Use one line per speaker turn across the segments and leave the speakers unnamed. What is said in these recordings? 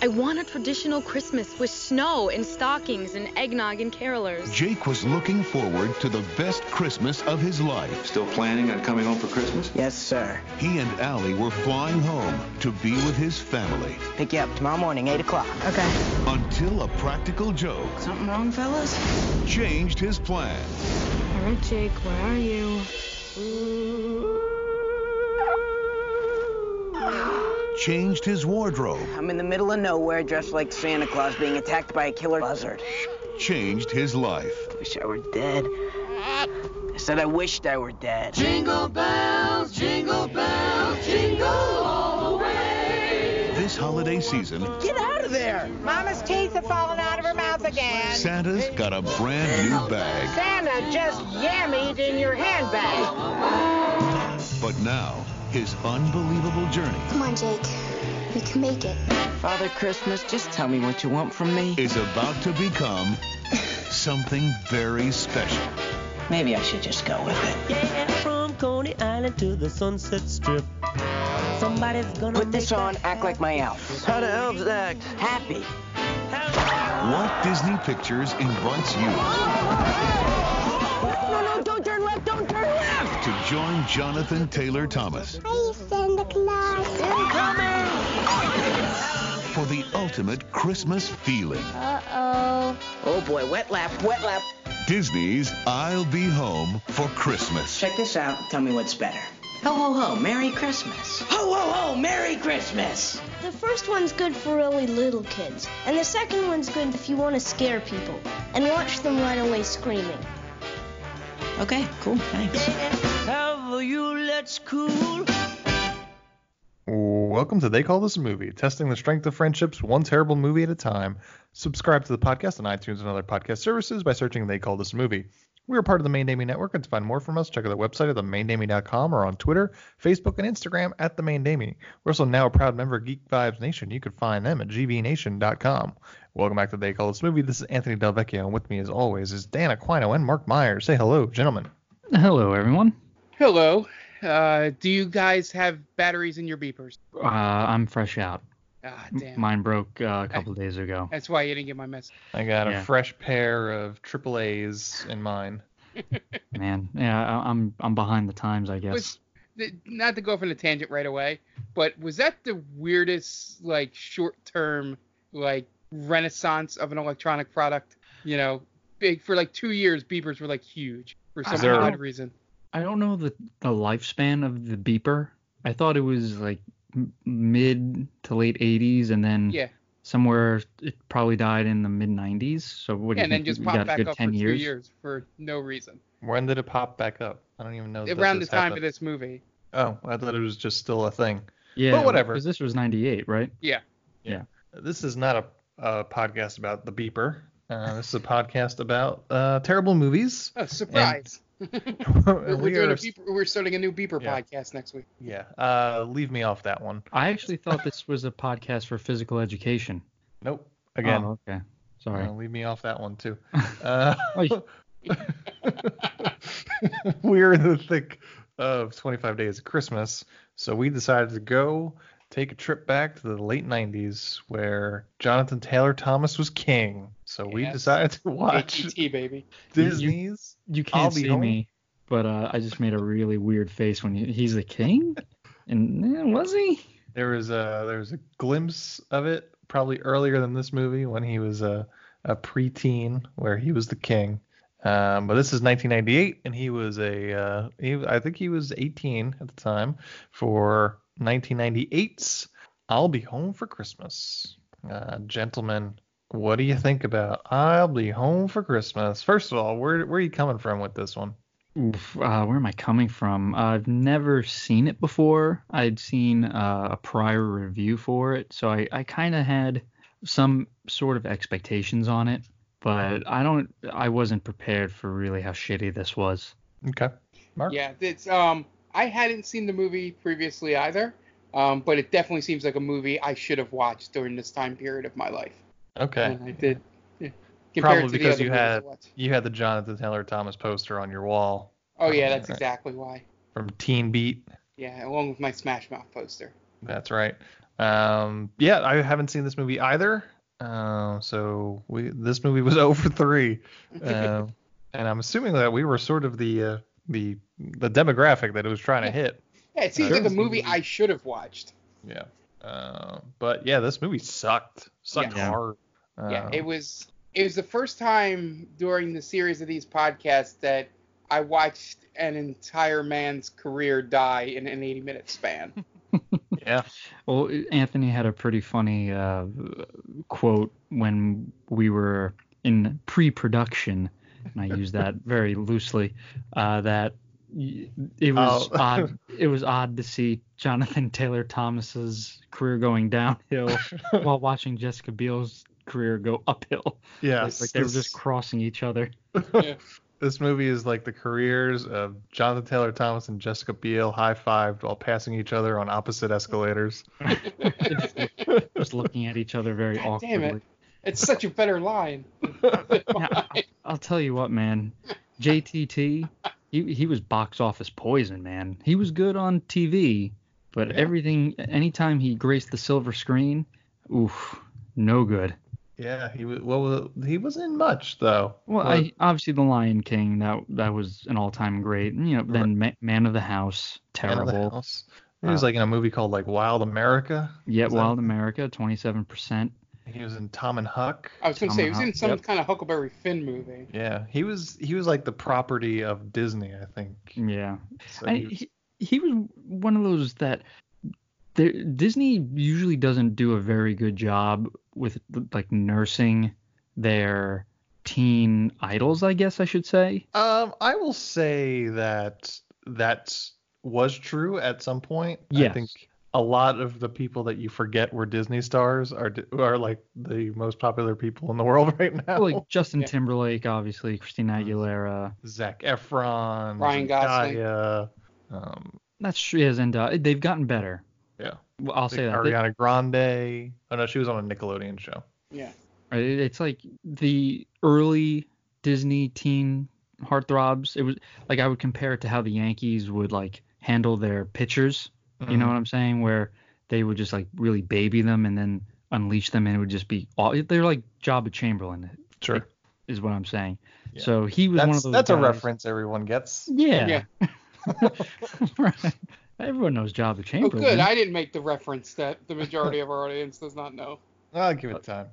I want a traditional Christmas with snow and stockings and eggnog and carolers.
Jake was looking forward to the best Christmas of his life.
Still planning on coming home for Christmas?
Yes, sir.
He and Allie were flying home to be with his family
Pick you up tomorrow morning, 8 o'clock.
Okay.
until a practical joke
Something wrong, fellas?
changed his plans.
All right, Jake, where are you?
changed his wardrobe,
I'm in the middle of nowhere dressed like Santa Claus being attacked by a killer buzzard.
changed his life.
Wish I were dead. I said I wished I were dead.
This holiday season,
Get out of there! Mama's teeth have fallen out of her mouth again.
Santa's got a brand new bag.
Santa just yammied in your handbag.
But now, his unbelievable journey
Come on, Jake. We can make it.
Father Christmas, just tell me what you want from me.
is about to become something very special.
Maybe I should just go with it.
Yeah, from Coney Island to the Sunset Strip. Somebody's gonna
Put this on, act like my elf.
How the elves act.
Happy.
Walt Disney Pictures invites you
No, no, don't turn left, don't turn left!
to join Jonathan Taylor Thomas
Hi, Santa Claus.
for the ultimate Christmas feeling.
Uh-oh.
Oh boy, wet lap, wet lap.
Disney's I'll Be Home for Christmas.
Check this out. Tell me what's better. Ho ho ho, Merry Christmas. Ho ho ho, Merry Christmas.
The first one's good for really little kids, and the second one's good if you want to scare people and watch them run away screaming.
Okay, cool, thanks.
Have you let's cool?
Welcome to They Call This a Movie, testing the strength of friendships one terrible movie at a time. Subscribe to the podcast on iTunes and other podcast services by searching They Call This a Movie. We are part of the Main Naming Network, and to find more from us, check out the website at themaindaming.com or on Twitter, Facebook, and Instagram at the Main Naming. We're also now a proud member of Geek Vibes Nation. You can find them at gvnation.com. Welcome back to They Call This a Movie. This is Anthony Delvecchio, and with me, as always, is Dan Aquino and Mark Myers. Say hello, gentlemen.
Hello, everyone.
Hello. Uh, do you guys have batteries in your beepers?
Uh, I'm fresh out.
Ah,
M-
damn.
Mine broke uh, a couple days ago.
That's why you didn't get my message.
I got
Yeah.
a fresh pair of AAAs in mine.
Man, yeah, I, I'm I'm behind the times, I guess.
Was th- not to go off on a tangent right away, but was that the weirdest like short-term like renaissance of an electronic product? You know, big for like two years, beepers were like huge for some
There-
odd reason.
I don't know the the lifespan of the beeper. I thought it was like m- mid to late 80s, and then
Yeah,
somewhere it probably died in the mid 90s. So what
yeah
do you
and then
think?
just
we
popped
got a
back
good
up for
10
two
years.
years for no reason.
When did it pop back up? I don't even know. that
Around the
this
time of
happened.
this movie.
Oh, I thought it was just still a thing.
Yeah,
whatever.
Because this was 98, right?
This is not a, a podcast about the beeper. Uh, this is a podcast about uh, terrible movies.
Oh, surprise! We're,
And
we're doing a
are-
beeper, we're starting a new beeper
Yeah.
podcast next week.
Yeah. Uh, leave me off that one.
I actually thought this was a podcast for physical education.
Nope. Again.
Oh, okay. Sorry. Oh,
Uh, leave me off that one too. Uh,
Oy.
we're in the thick of 25 days of Christmas, so we decided to go take a trip back to the late 90s where Jonathan Taylor Thomas was king. So we
Yes.
decided to watch
ATT baby.
Disney's.
You
I'll
can't
be
see
home.
me, but uh, I just made a really weird face when he, he's the king. And eh, was he?
There was a there was a glimpse of it probably earlier than this movie when he was a a preteen where he was the king. Um, but this is 1998 and he was a uh, he, I think he was 18 at the time for 1998's I'll Be Home for Christmas. Uh, gentlemen, what do you think about I'll Be Home for Christmas? First of all, where where are you coming from with this one?
Oof, uh, where am I coming from? I've never seen it before. I'd seen uh, a prior review for it, so I, I kind of had some sort of expectations on it, but I don't. I wasn't prepared for really how shitty this was.
Okay, Mark.
Yeah, it's um I hadn't seen the movie previously either. Um, but it definitely seems like a movie I should have watched during this time period of my life.
Okay.
And I did. Yeah.
Probably
to the
because
other
you
movies I
had-
watched.
You had the Jonathan Taylor Thomas poster on your wall
Oh yeah, that's
Right.
exactly why.
from Teen Beat.
Yeah, along with my Smash Mouth poster.
That's right. Um, yeah, I haven't seen this movie either. Uh, so we this movie was over three, uh, and I'm assuming that we were sort of the uh, the the demographic that it was trying to hit.
Yeah, it seems like a movie I should have watched.
Yeah. Uh, but yeah, this movie sucked. Sucked
Yeah.
hard.
yeah,
Um,
it was it was the first time during the series of these podcasts that I watched an entire man's career die in an 80 minute span.
Yeah.
Well, Anthony had a pretty funny uh, quote when we were in pre-production, and I use that very loosely. Uh, that y- it was
Oh.
odd. It was odd to see Jonathan Taylor Thomas's career going downhill while watching Jessica Biel's career go uphill.
Yeah,
like, like they were
this-
just crossing each other.
This movie is like the careers of Jonathan Taylor Thomas and Jessica Biel high fived while passing each other on opposite escalators.
just looking at each other very
Damn
awkwardly.
it. It's such a better line.
I'll tell you what, man. JTT, he he was box office poison, man. He was good on TV, but everything, anytime he graced the silver screen, oof, no good.
Yeah, he was. Well, he wasn't in much though.
Well, I, obviously the Lion King, that that was an all time great. And, you know, then Ma- Man of the House, Uh,
Man
terrible.
of the House. He was like in a movie called like Wild America.
Yeah,
was that-
Wild America, twenty seven percent.
He was in Tom and Huck.
I was going to say, it was in some
Uh-huh. Yep.
kind of Huckleberry Finn movie.
Yeah, he was. He was like the property of Disney, I think.
Yeah.
So
I,
he was-
he, he was one of those that there, Disney usually doesn't do a very good job with like nursing their teen idols, I guess I should say.
Um, I will say that that was true at some point. I
Yes.
think a lot of the people that you forget were Disney stars are are like the most popular people in the world right now.
Well, like Justin Timberlake, obviously, Christina
Mm-hmm.
Aguilera.
Zach Efron,
Ryan Gosling.
Zendaya, um,
That's she is, and uh, they've gotten better.
yeah,
Well, I'll
Like
say that. They-
Ariana Grande. Oh no, she was on a Nickelodeon show.
Yeah.
Right, it- uh, It's like the early Disney teen heartthrobs. It was like I would compare it to how the Yankees would like handle their pitchers. You
Mm-hmm. Mm,
know what I'm saying? Where they would just like really baby them and then unleash them, and it would just be all. They're like Jabba Chamberlain,
Sure,
is what I'm saying.
Yeah.
So he was
that's
one of those.
that's a
guys-
reference everyone gets.
Yeah. Right. Everyone knows Jabba
Oh,
Chamberlain.
good. I didn't make the reference that the majority of our audience does not know.
I'll give it time.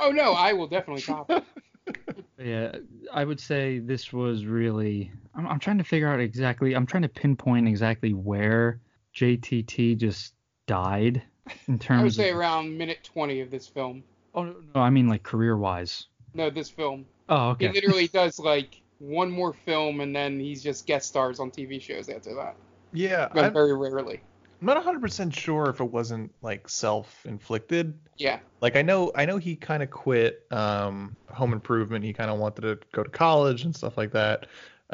Oh, no, I will definitely cop it.
Yeah, I would say this was really. I'm, I'm trying to figure out exactly. I'm trying to pinpoint exactly where JTT just died in
I would
terms
say
of.
around minute 20 of this film.
Oh no, no, I mean like career wise.
No, this film.
Oh okay.
He literally does like one more film and then he's just guest stars on TV shows after that.
Yeah,
But
I'm-
very rarely.
I'm not 100% sure if it wasn't like self-inflicted.
Yeah.
Like I know I know he kind of quit um home improvement. He kind of wanted to go to college and stuff like that.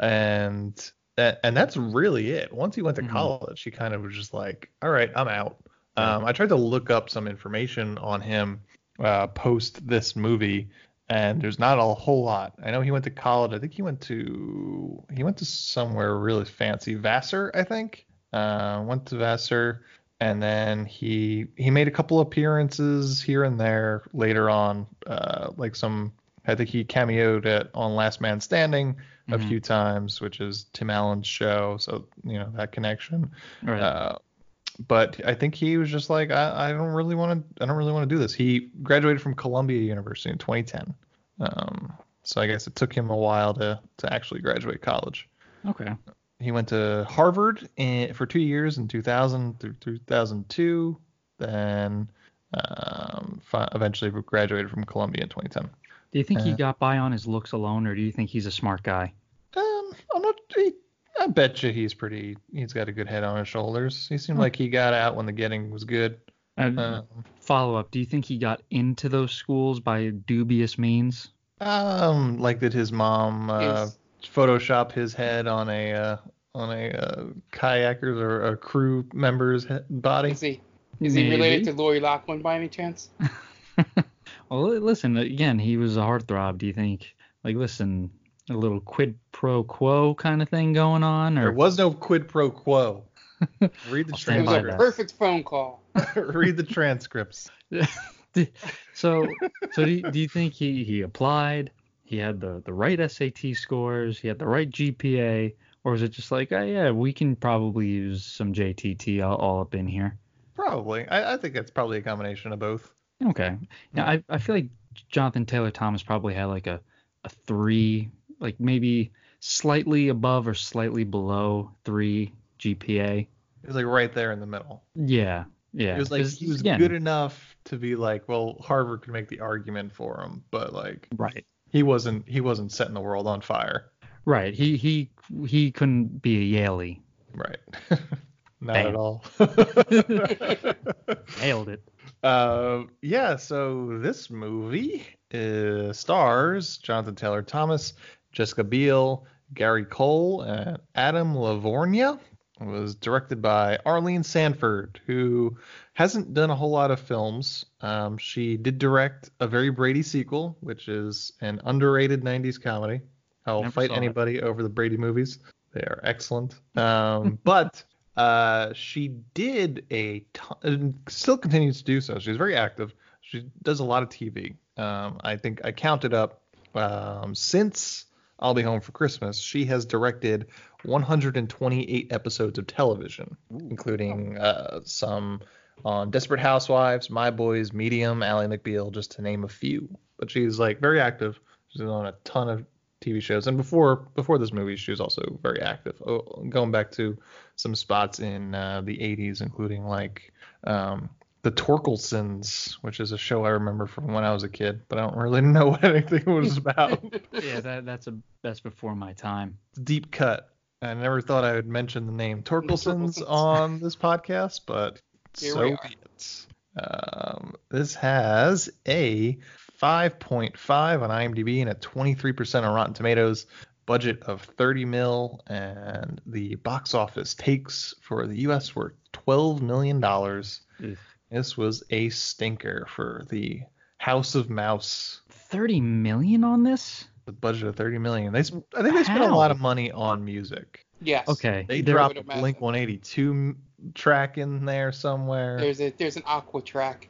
And that, and that's really it. Once he went to college, he kind of was just like, "All right, I'm out." Um I tried to look up some information on him uh post this movie and there's not a whole lot. I know he went to college. I think he went to he went to somewhere really fancy, Vassar, I think. Uh, went to Vassar, and then he he made a couple appearances here and there later on, uh, like some. I think he cameoed at on Last Man Standing a
Mm-hmm.
few times, which is Tim Allen's show. So you know that connection.
Mm-hmm. Right.
Uh, but I think he was just like, I, I don't really want to, I don't really want to do this. He graduated from Columbia University in 2010. Um, so I guess it took him a while to to actually graduate college.
okay.
He went to Harvard in, for two years in 2000 through 2002. Then um, fi- eventually graduated from Columbia in 2010.
Do you think he
Uh,
got by on his looks alone, or do you think he's a smart guy?
Um, I'm not. He, I bet you he's pretty. He's got a good head on his shoulders. He
Hmm.
seemed like he got out when the getting was good.
And
Uh,
Um,
follow up. Uh, Do you think he got into those schools by dubious means?
Um, like did his mom uh,
Yes.
Photoshop his head on a uh, on a uh, kayaker's or a crew member's head, body?
Is he is he related to Lori Lachlan by any chance?
Well, li- listen, again, he was a heartthrob. Do you think, like, listen, a little quid pro quo kind of thing going on?
There
Or
was no quid pro quo. Read the
I'll stand
It was
by
a
that.
perfect phone call.
Read the transcripts.
so so do you, do you think he he applied he had the the right SAT scores he had the right GPA or was it just like oh yeah we can probably use some JTT all, all up in here
Probably. I, I think it's probably a combination of both.
okay now I, I feel like Jonathan Taylor Thomas probably had like a a three like maybe slightly above or slightly below three GPA
It was like right there in the middle.
yeah yeah
It was like
It's-
he was
again,
good enough to be like, well, Harvard could make the argument for him, but like
right
he wasn't he wasn't setting the world on fire.
right he he he couldn't be a Yaley
Right. Not at
Bam.
all.
nailed it
Uh, yeah, so this movie uh, stars Jonathan Taylor Thomas, Jessica Biel, Gary Cole, and Adam Lavorgna. It was directed by Arlene Sanford, who hasn't done a whole lot of films. Um, she did direct a Very Brady sequel, which is an underrated 90s comedy. I'll
Never
fight
saw it.
anybody over the Brady movies. They are excellent. Um, but uh, she did a ton, and still continues to do so. She's very active. She does a lot of TV. Um, I think I counted up um, since I'll Be Home for Christmas. She has directed 128 episodes of television, including uh, some on Desperate Housewives, My Boys, Medium, Ally McBeal, just to name a few. But she's like very active. She's on a ton of TV shows, and before before this movie, she was also very active, oh, going back to some spots in uh, the 80s, including like um, the Torkelsons, which is a show I remember from when I was a kid, but I don't really know what anything it was about.
yeah that that's a that's before my time
Deep cut. I never thought I would mention the name Torkelsons
Torkelsons.
on this podcast, but
Here
so
we
be
are.
it. Um, this has a 5.5 on IMDb and a 23% on Rotten Tomatoes, budget of 30 mil, and the box office takes for the U.S. were 12 million dollars.
Ugh.
This was a stinker for the House of Mouse.
30 million on this?
The budget of 30 million. They, sp- I think they spent a
How?
lot of money on music.
Yes.
Okay.
They
there-
dropped
would
a
imagine.
Blink 182 m- track in there somewhere. There's,
There's a there's an aqua track.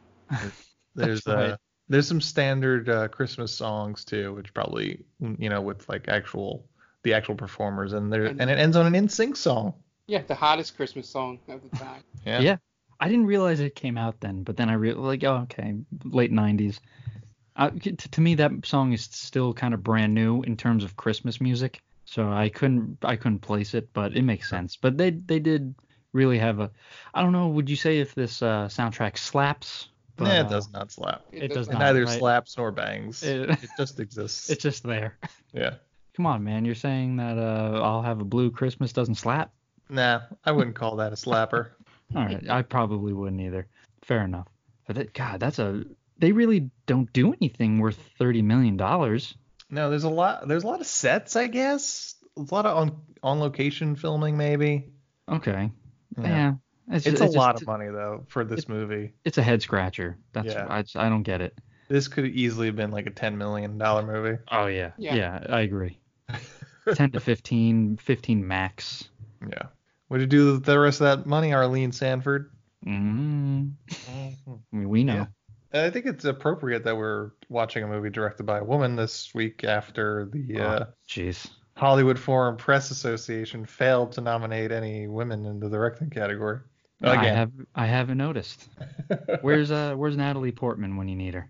there's
That's
uh,
right.
there's some standard uh, Christmas songs too, which probably mm, you know with like actual the actual performers and there and,
And-
it ends on an in sync song.
Yeah, the hottest Christmas song of the time.
Yeah.
Yeah. I didn't realize it came out then, but then I realized, like, oh, okay, late 90s. Uh, to, to me, that song is still kind of brand new in terms of Christmas music, so I couldn't I couldn't place it, but it makes sense. But they they did really have a, I don't know, would you say if this uh, soundtrack slaps? But,
Nah,
uh,
it does not slap.
It does
It
not,
neither
right?
slaps nor bangs. It,
It-
just exists.
It's just there.
yeah.
Come on, man, you're saying that uh, I'll have a blue Christmas doesn't slap?
Nah, I wouldn't call that a slapper.
All right, I probably wouldn't either. Fair enough. But that, God, that's a they really don't do anything worth thirty million dollars.
No, there's a lot. There's a lot of sets, I guess. A lot of on on location filming, maybe.
Okay.
Yeah.
Yeah. It's,
It's
ju-
a
it's
lot
just-
of money though for this movie.
It's a head scratcher. That's
Yeah.
I, just- I don't get it.
This could have easily been like a ten million dollar movie.
Oh yeah.
Yeah.
Yeah, I agree. Ten to 15, 15 max.
Yeah. What did you do with the rest of that money, Arlene Sanford?
Mm, I mean, we know.
Yeah. I think it's appropriate that we're watching a movie directed by a woman this week after the uh,
Oh, Jeez.
Hollywood Foreign Press Association failed to nominate any women in the directing category.
I
Again.
have I haven't noticed. Where's uh Where's Natalie Portman when you need her?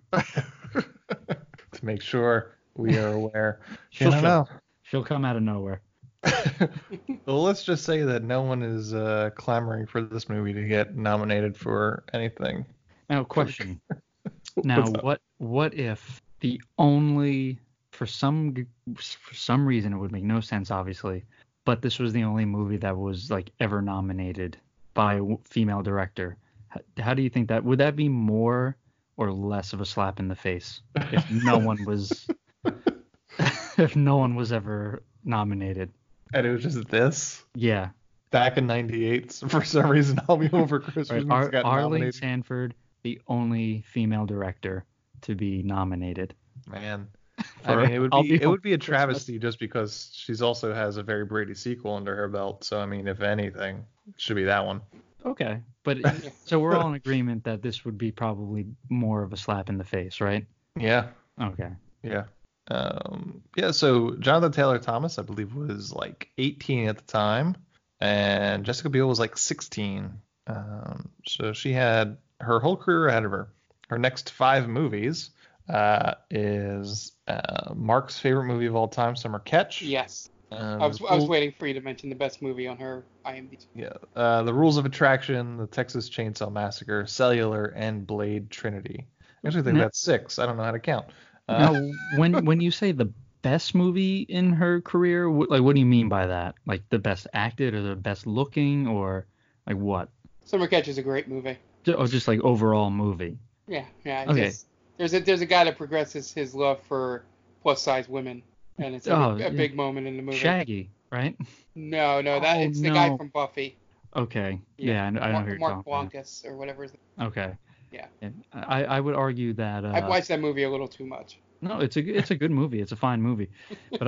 to make sure we are aware.
She'll
I don't
show-
know.
She'll come out of nowhere.
Well, let's just say that no one is uh, clamoring for this movie to get nominated for anything.
Now, question. now,
What's up?
what what if the only for some g- for some reason it would make no sense, obviously, but this was the only movie that was like ever nominated by a w- female director. How, how do you think that would that be more or less of a slap in the face if no one was if no one was ever nominated?
And it was just this.
Yeah.
back in '98. So for some reason, I'll be home for Christmas.
Right. Ar-
got
Arlene
nominated.
Sanford, the only female director to be nominated.
Man, I
For
mean, it would
I'll
be,
Be
it
Home
would be a
Christmas.
travesty just because she's also has a very Brady sequel under her belt. So I mean, if anything, It should be that one.
Okay, but it- so we're all in agreement that this would be probably more of a slap in the face, right?
Yeah.
Okay.
Yeah. Um, yeah. So Jonathan Taylor Thomas, I believe, was like 18 at the time, and Jessica Biel was like 16. Um, so she had her whole career ahead of her. Her next five movies uh, is uh, Mark's favorite movie of all time, Summer Catch.
Yes.
Um,
I was
The
I was
Rules-
waiting for you to mention the best movie on her IMDb.
Yeah. Uh, the Rules of Attraction, The Texas Chainsaw Massacre, Cellular, and Blade Trinity. I actually
Mm-hmm.
think
Now-
that's six. I don't know how to count. Uh,
Now, when when you say the best movie in her career, wh- like what do you mean by that? Like the best acted or the best looking or like what?
Summer Catch is a great movie.
Ju- Or just like overall movie?
Yeah, yeah.
Okay.
Just, there's a there's a guy that progresses his love for plus size women, and it's a,
Oh,
a
yeah.
big moment in the movie.
Shaggy, right?
No, no, that
Oh,
it's the guy
no.
from Buffy.
Okay. Yeah, I know, I know
Mark,
who you're
Mark
talking about.
Blankus or whatever. His,
Okay.
Yeah.
I, I would argue that uh,
I've watched that movie a little too much.
no, it's a g- it's a good movie. It's a fine movie, but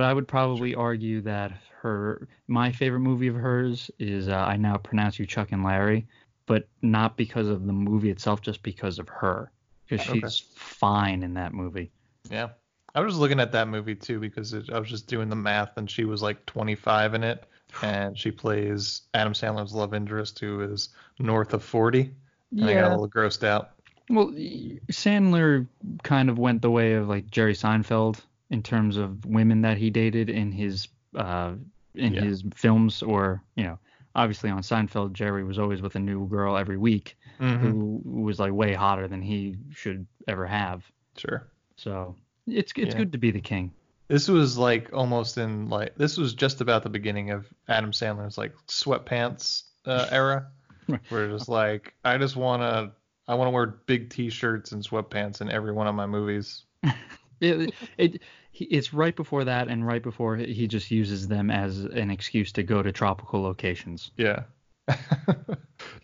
I would probably argue that her my favorite movie of hers is uh, I now pronounce you Chuck and Larry, but not because of the movie itself, just because of her, because
Okay.
she's fine in that movie.
Yeah. I was looking at that movie too because it, I was just doing the math and she was like 25 in it and she plays Adam Sandler's love interest who is north of 40 and I got a little grossed out.
Well, y- Sandler kind of went the way of like Jerry Seinfeld in terms of women that he dated in his uh, in
Yeah.
his films, or you know, obviously on Seinfeld, Jerry was always with a new girl every week
Mhm.
who was like way hotter than he should ever have.
Sure.
So it's it's
Yeah.
good to be the king.
This was like almost in like this was just about the beginning of Adam Sandler's like sweatpants uh, era where it's just like I just want to I want to wear big t-shirts and sweatpants in every one of my movies.
It, it he- it's right before that and right before he he just uses them as an excuse to go to tropical locations.
Yeah.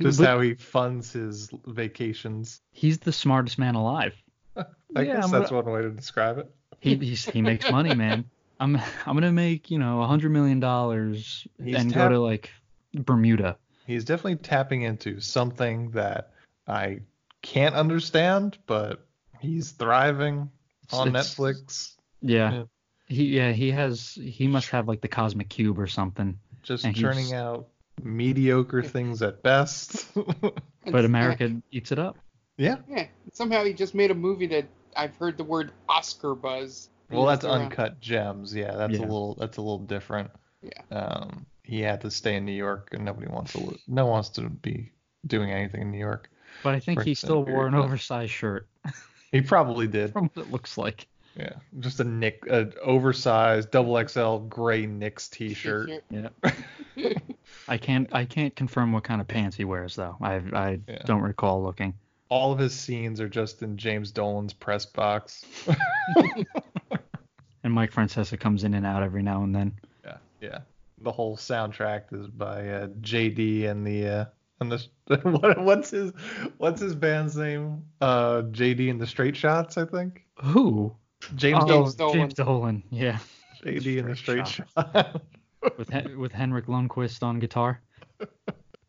just
But-
how he funds his vacations.
He's the smartest man alive.
I
Yeah,
guess
I'm
that's one way to describe it.
He he's, he makes money, man. I'm I'm gonna make you know a hundred million dollars
He's
and go
tap-
to like Bermuda.
He's definitely tapping into something that I can't understand, but he's thriving
It's-
on
it's-
Netflix.
Yeah.
Yeah.
He yeah he has he must have like the cosmic cube or something.
Just
and he's-
churning out mediocre things at best.
But America eats it up.
yeah.
Yeah. Somehow he just made a movie that I've heard the word Oscar buzz.
Well, that's
Around.
uncut gems. Yeah, that's
Yeah.
a little that's a little different.
Yeah.
Um, he had to stay in New York, and nobody wants to li- no one wants to be doing anything in New York.
But I think he
Right, so
still
very
wore an
close.
oversized shirt
He probably did.
from what it looks like.
Yeah, just a Nick, an oversized double XL gray Knicks T-shirt.
Yeah. I can't I can't confirm what kind of pants he wears though. I I
Yeah.
don't recall looking.
All of his scenes are just in James Dolan's press box.
And Mike Francesa comes in and out every now and then.
yeah, yeah. The whole soundtrack is by uh, JD and the uh, and the what, what's his what's his band's name? Uh, JD and the Straight Shots, I think.
Who?
James
Oh,
Dolan,
Dolan.
James Dolan. Yeah.
JD and the
Straight
Straight Shots.
With Hen- with Henrik Lundqvist on guitar.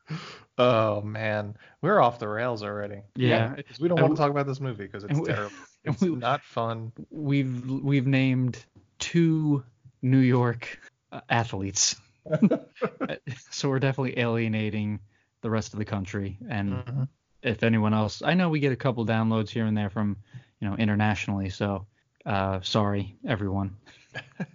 oh man, we're off the rails already.
Yeah.
'Cause we don't
And
want
we-
to talk about this movie because it's
and we-
terrible.
and
It's
we-
not fun.
We've we've named two New York uh, athletes. so we're definitely alienating the rest of the country and
Mhm.
if anyone else i know we get a couple downloads here and there from you know internationally so uh sorry everyone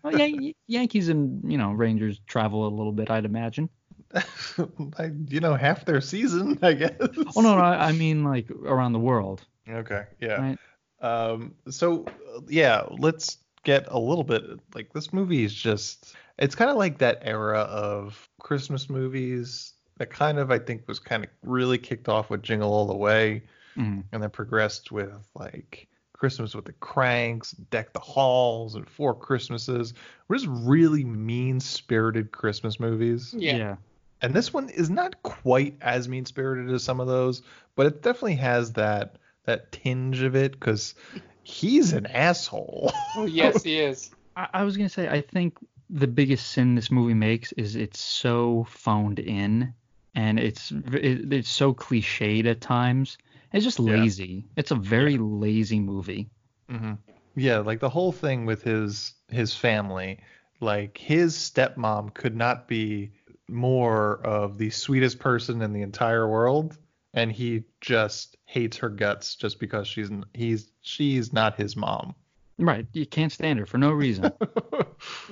well, Yan- yankees and you know rangers travel a little bit i'd imagine
I, you know, half their season, I guess.
oh no, no i I mean like around the world
Okay, yeah.
Right.
Um, so uh, yeah, let's get a little bit like this movie is just it's kind of like that era of Christmas movies that kind of I think was kind of really kicked off with Jingle All the Way
Mm.
and then progressed with like Christmas with the Cranks, Deck the Halls, and Four Christmases. We're just really mean-spirited Christmas movies.
Yeah.
And this one is not quite as mean spirited as some of those, but it definitely has that that tinge of it because he's an asshole.
Oh, yes, he is.
I, I was gonna say I think the biggest sin this movie makes is it's so phoned in and it's v- it, it's so cliched at times. It's just lazy. It's a very lazy movie.
hmm Yeah, like the whole thing with his his family, like his stepmom could not be more of the sweetest person in the entire world, and he just hates her guts just because she's n- he's she's not his mom.
Right, you can't stand her for no reason.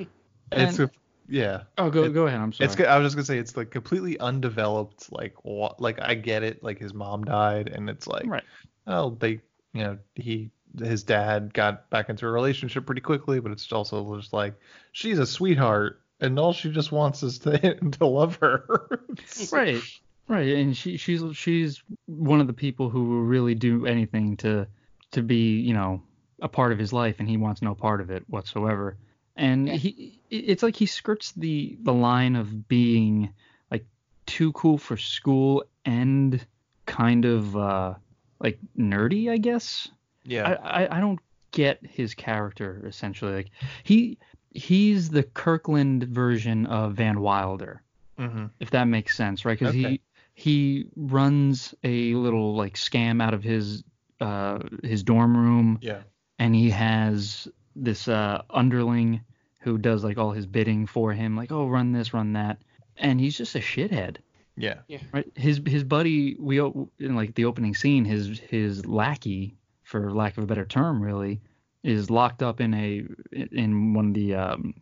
It's
And-
a- yeah.
oh, go
it-
go ahead. I'm sorry.
It's good. I was just gonna say it's like completely undeveloped. Like what? Like I get it. Like his mom died, and it's like,
Right.
oh, they, you know, he, his dad got back into a relationship pretty quickly, but it's also just like she's a sweetheart, and all she just wants is to to love her. It's-
right right and she she's she's one of the people who will really do anything to to be you know a part of his life and he wants no part of it whatsoever and he it's like he skirts the the line of being like too cool for school and kind of uh like nerdy i guess
Yeah.
I, I I don't get his character essentially. Like he he's the Kirkland version of Van Wilder,
Mhm.
if that makes sense, right? Because
Okay.
he he runs a little like scam out of his uh his dorm room,
Yeah.
and he has this uh underling who does like all his bidding for him, like oh run this, run that, and he's just a shithead
Yeah.
right his his buddy we o- in like the opening scene his his lackey for lack of a better term really is locked up in a in one of the um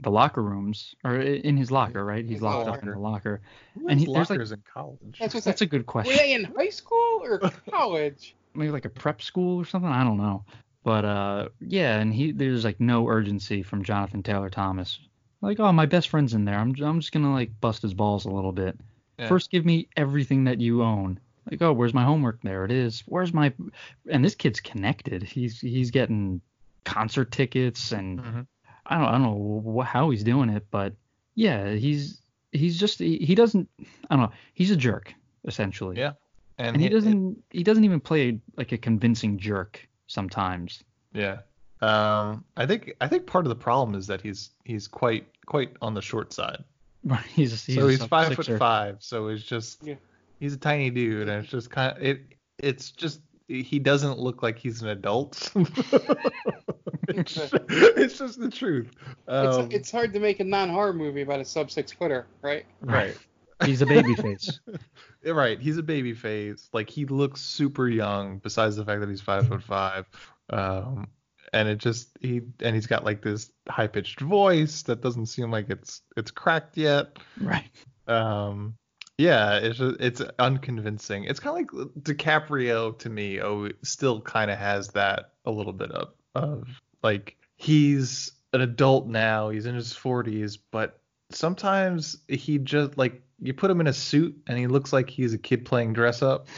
the locker rooms or i- in his locker right he's
His
locked up in
locker.
the locker
Who
and
has
he, there's like
lockers in college.
That's what's
that's a good
Were
question
they in high school or college?
maybe like a prep school or something i don't know but uh yeah and he there's like no urgency from jonathan taylor thomas like oh my best friend's in there i'm, I'm just gonna like bust his balls a little bit
Yeah.
First, give me everything that you own. Like, oh, where's my homework? There it is. Where's my? And this kid's connected. He's he's getting concert tickets, and
Mhm.
I don't I don't know wh- how he's doing it, but yeah, he's he's just he, he doesn't I don't know. He's a jerk essentially.
Yeah.
And he doesn't he doesn't even play like a convincing jerk sometimes.
Yeah. Um, I think I think part of the problem is that he's he's quite quite on the short side.
he's, he's
so
a
he's five
sixer.
foot five. So it's just
Yeah.
he's a tiny dude, and it's just kind of it. It's just he doesn't look like he's an adult. it's, it's just the truth. Um,
it's, it's hard to make a non-horror movie about a sub six footer, right?
right,
He's a baby face.
right. He's a baby face. Like he looks super young. Besides the fact that he's five foot five, um, and it just he and he's got like this high pitched voice that doesn't seem like it's it's cracked yet.
right.
um yeah it's ju- it's unconvincing it's kind of like dicaprio to me oh still kind of has that a little bit of of like he's an adult now he's in his 40s but sometimes he just like you put him in a suit and he looks like he's a kid playing dress up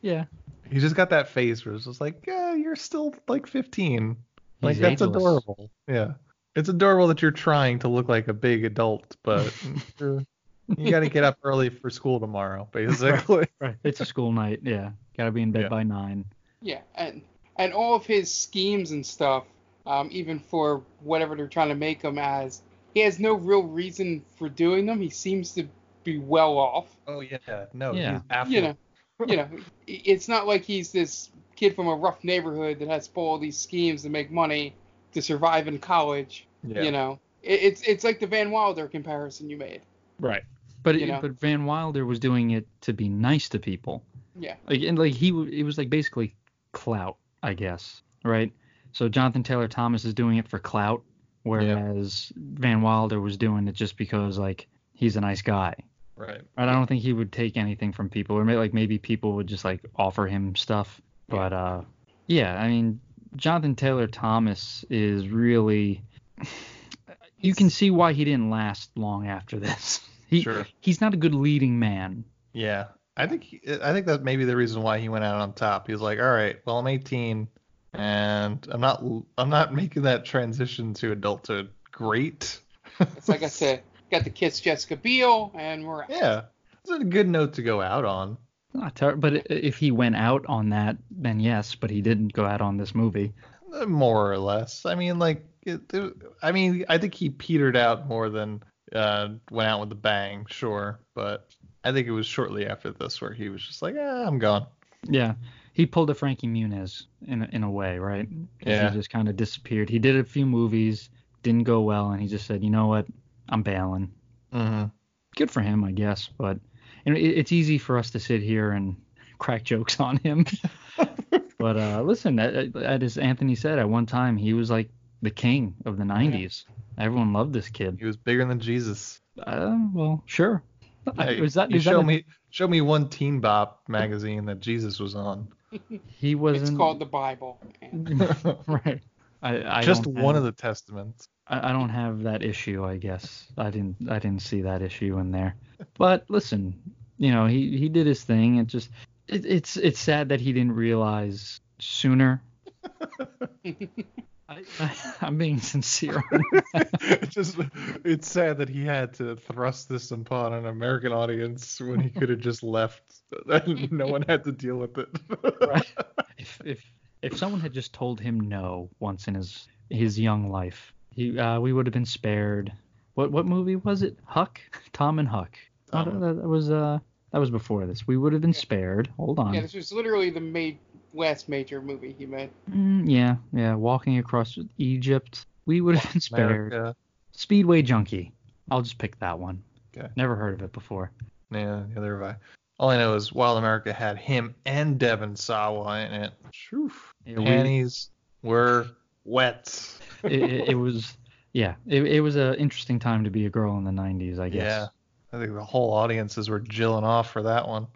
Yeah.
he's just got that face where it's just like yeah you're still like 15 like
He's
that's
ageless.
adorable yeah it's adorable that you're trying to look like a big adult but you're- you got to get up early for school tomorrow basically
Right. It's a school night. Yeah. Gotta be in bed
Yeah.
by nine.
Yeah, and and all of his schemes and stuff, um, even for whatever they're trying to make him as, he has no real reason for doing them. He seems to be well off.
oh yeah no
Yeah.
he's affluent.
You know, you know, i- it's not like he's this kid from a rough neighborhood that has to pull all these schemes to make money to survive in college.
yeah.
You know, it, it's it's like the Van Wilder comparison you made.
Right. But
You
it,
know?
but Van Wilder was doing it to be nice to people.
Yeah.
Like and like he w- it was like basically clout, I guess, right? So Jonathan Taylor Thomas is doing it for clout whereas Van Wilder was doing it just because like he's a nice guy.
right
Right? I don't think he would take anything from people or maybe like maybe people would just like offer him stuff, but uh yeah, I mean Jonathan Taylor Thomas is really you can see why he didn't last long after this. He,
Sure.
He's not a good leading man.
yeah i think he- i think that may be the reason why he went out on top he was like all right well i'm 18 and i'm not i'm not making that transition to adulthood great
It's like I said, got to kiss Jessica Biel, and we're out.
yeah it's a good note to go out on
Not ter- but i- if he went out on that, then yes. But he didn't go out on this movie.
Uh, more or less. I mean, like, it, it- I mean, I think he petered out more than uh, went out with a bang, sure, but I think it was shortly after this where he was just like, ah, I'm gone.
Yeah, he pulled a Frankie Muniz in a, in a way, right? 'Cause
Yeah.
He just kind of disappeared. He did a few movies, didn't go well, and he just said, you know what, I'm bailing.
Mm-hmm.
Good for him, I guess. But and it, it's easy for us to sit here and crack jokes on him. but uh, listen, that- that- as Anthony said, at one time he was like the king of the '90s. Everyone loved this kid.
He was bigger than Jesus.
Uh, well, sure.
Hey,
was that-
you
is that
show
a-
me show me one Teen Bop magazine that Jesus was on.
He wasn't.
It's called the Bible. man.
right. I, I
just
don't
one of
have-
the testaments.
I, I don't have that issue, I guess. I didn't I didn't see that issue in there. But listen, you know, he, he did his thing. It just it, it's it's sad that he didn't realize sooner. I, I, I'm being sincere.
It's just it's sad that he had to thrust this upon an American audience when he could have just left. no one had to deal with it.
Right. if if if someone had just told him no once in his his young life, he uh, we would have been spared. What what movie was it? Huck, Tom and Huck. No,
Tom.
that, that was uh that was before this. We would have been spared. Hold on.
Yeah, this was literally the ma- last major movie he made.
Mm, yeah, yeah. Walking across Egypt, we would have been spared.
America.
Speedway Junkie. I'll just pick that one.
Okay.
Never heard of it before.
Yeah, neither have I. All I know is Wild America had him and Devin Sawa in it. Phew.
It, we-
Panties were wet.
it, it- it was, yeah. It, it was a interesting time to be a girl in the '90s, I
Yeah.
guess.
I think the whole audiences were jilling off for that one.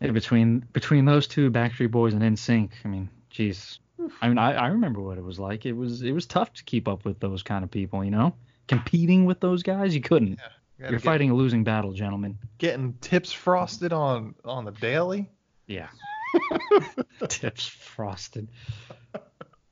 Yeah, between between those two, Backstreet Boys and NSYNC. I mean, jeez. I mean, I, I remember what it was like. It was it was tough to keep up with those kind of people, you know. Competing with those guys, you couldn't.
Gotta
You're
get-
fighting a losing battle, gentlemen.
getting tips frosted on on the daily.
Yeah. Tips frosted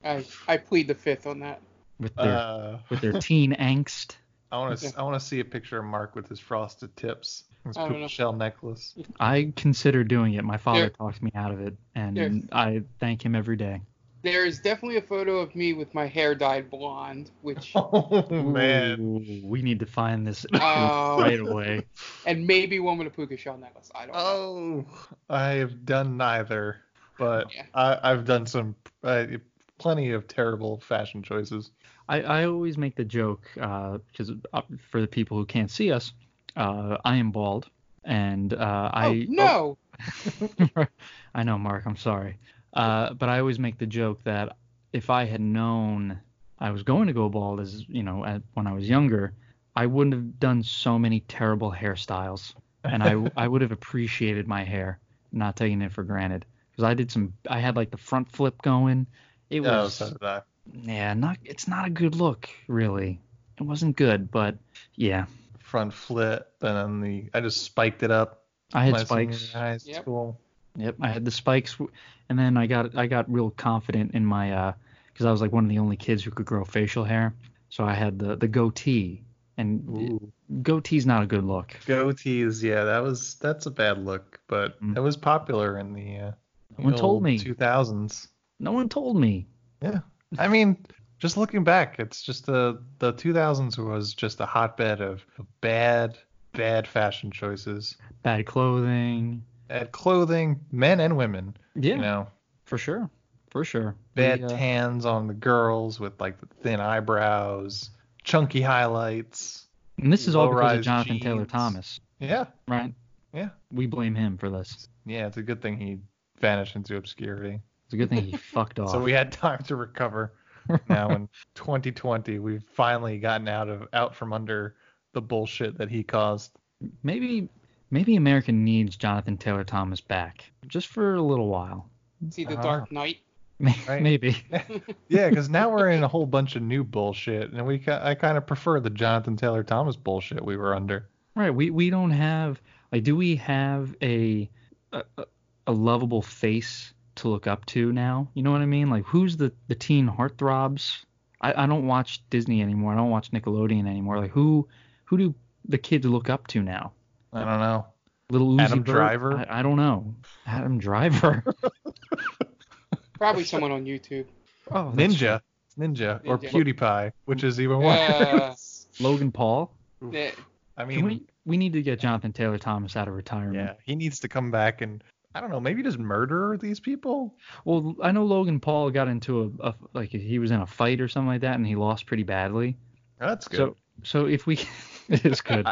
I, I plead the fifth on that.
with their
Uh,
with their teen angst.
I want to I want to see a picture of Mark with his frosted tips, his
I don't
poop
know.
shell necklace.
I consider doing it. My father
There-
talked me out of it, and
There-
I thank him every day.
There is definitely a photo of me with my hair dyed blonde, which
Oh man,
Ooh, we need to find this
Oh.
right away.
and maybe one with a puka shell necklace. I don't know.
oh, I have done neither, but
Yeah.
I, I've done some uh, plenty of terrible fashion choices.
I, I always make the joke because uh, for the people who can't see us, uh, I am bald, and uh, I
oh no!
I know, Mark. I'm sorry. Uh, but I always make the joke that if I had known I was going to go bald as you know at, when I was younger, I wouldn't have done so many terrible hairstyles, and I I would have appreciated my hair, not taking it for granted. Because I did some, I had like the front flip going. It
No,
was
so did I.
yeah, not it's not a good look really. It wasn't good, but yeah,
Front flip, and then the I just spiked it up.
I had
my senior
spikes.
year in High
Yep.
school.
Yep, I had the spikes, w- and then I got I got real confident in my uh, because I was like one of the only kids who could grow facial hair, so I had the the goatee, and
Ooh.
goatee's not a good look.
Goatees, yeah, that was that's a bad look, but
Mm.
it was popular in the uh,
No one
the
told
old
me.
2000s.
No one told me.
I mean, just looking back, it's just the the 2000s was just a hotbed of bad, bad fashion choices,
Bad clothing.
bad clothing, men and women.
Yeah,
You know,
for sure, for sure. We,
bad
uh,
tans on the girls with like the thin eyebrows, chunky highlights.
and this is all because of
low-rise
Jonathan Taylor
jeans.
Thomas,
Yeah,
right?
Yeah.
We blame him for this.
yeah, it's a good thing he vanished into obscurity.
It's a good thing he fucked off.
So we had time to recover. Now in 2020, we've finally gotten out of out from under the bullshit that he caused.
Maybe maybe America needs Jonathan Taylor Thomas back just for a little while.
See the
Ah.
Dark Knight.
May-
Right.
Maybe.
Yeah, because now we're in a whole bunch of new bullshit, and we ki- I kind of prefer the Jonathan Taylor Thomas bullshit we were under.
Right. We we don't have like do we have a a, a- a lovable face to look up to now? You know what I mean? Like who's the the teen heartthrobs? I I don't watch Disney anymore. I don't watch Nickelodeon anymore. Like who who do the kids look up to now?
I don't know.
Little Uzi
Adam
Vert?
Driver?
I, I don't know. Adam Driver.
Probably someone on YouTube.
Oh, that's-
Ninja. Ninja, or
Ninja.
PewDiePie, which is even worse.
Uh,
Logan Paul.
yeah,
I
Can
mean,
we we need to get Jonathan Taylor Thomas out of retirement.
yeah, he needs to come back and I don't know, maybe just murder these people.
Well, I know Logan Paul got into a, a like he was in a fight or something like that, and he lost pretty badly.
That's good.
So so if we it is good.